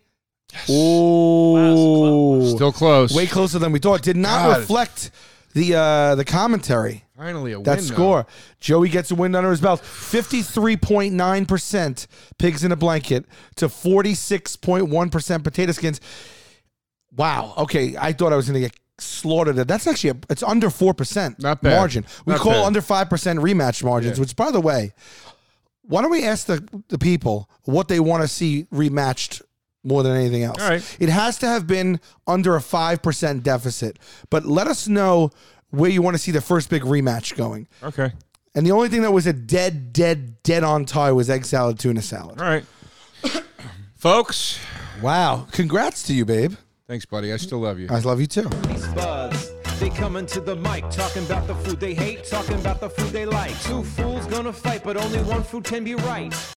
Speaker 2: Ooh.
Speaker 1: Still close.
Speaker 2: Way closer than we thought. Did not
Speaker 1: God.
Speaker 2: reflect the uh the commentary.
Speaker 1: Finally, a
Speaker 2: That
Speaker 1: win, though.
Speaker 2: score. Joey gets a win under his belt. 53.9% pigs in a blanket to 46.1% potato skins. Wow. Okay. I thought I was going to get slaughtered. That's actually, a, it's under 4%
Speaker 1: Not bad.
Speaker 2: margin. We
Speaker 1: Not
Speaker 2: call
Speaker 1: bad.
Speaker 2: under 5% rematch margins, which, by the way, why don't we ask the, the people what they want to see rematched more than anything else?
Speaker 1: All right.
Speaker 2: It has to have been under a 5% deficit, but let us know where you want to see the first big rematch going.
Speaker 1: Okay.
Speaker 2: And the only thing that was a dead, dead, dead on tie was egg salad, tuna salad.
Speaker 1: All right. [coughs] Folks.
Speaker 2: Wow. Congrats to you, babe.
Speaker 1: Thanks, buddy. I still love you.
Speaker 2: I love you too.
Speaker 3: These buds, they coming to the mic, talking about the food they hate, talking about the food they like. Two fools gonna fight, but only one food can be right.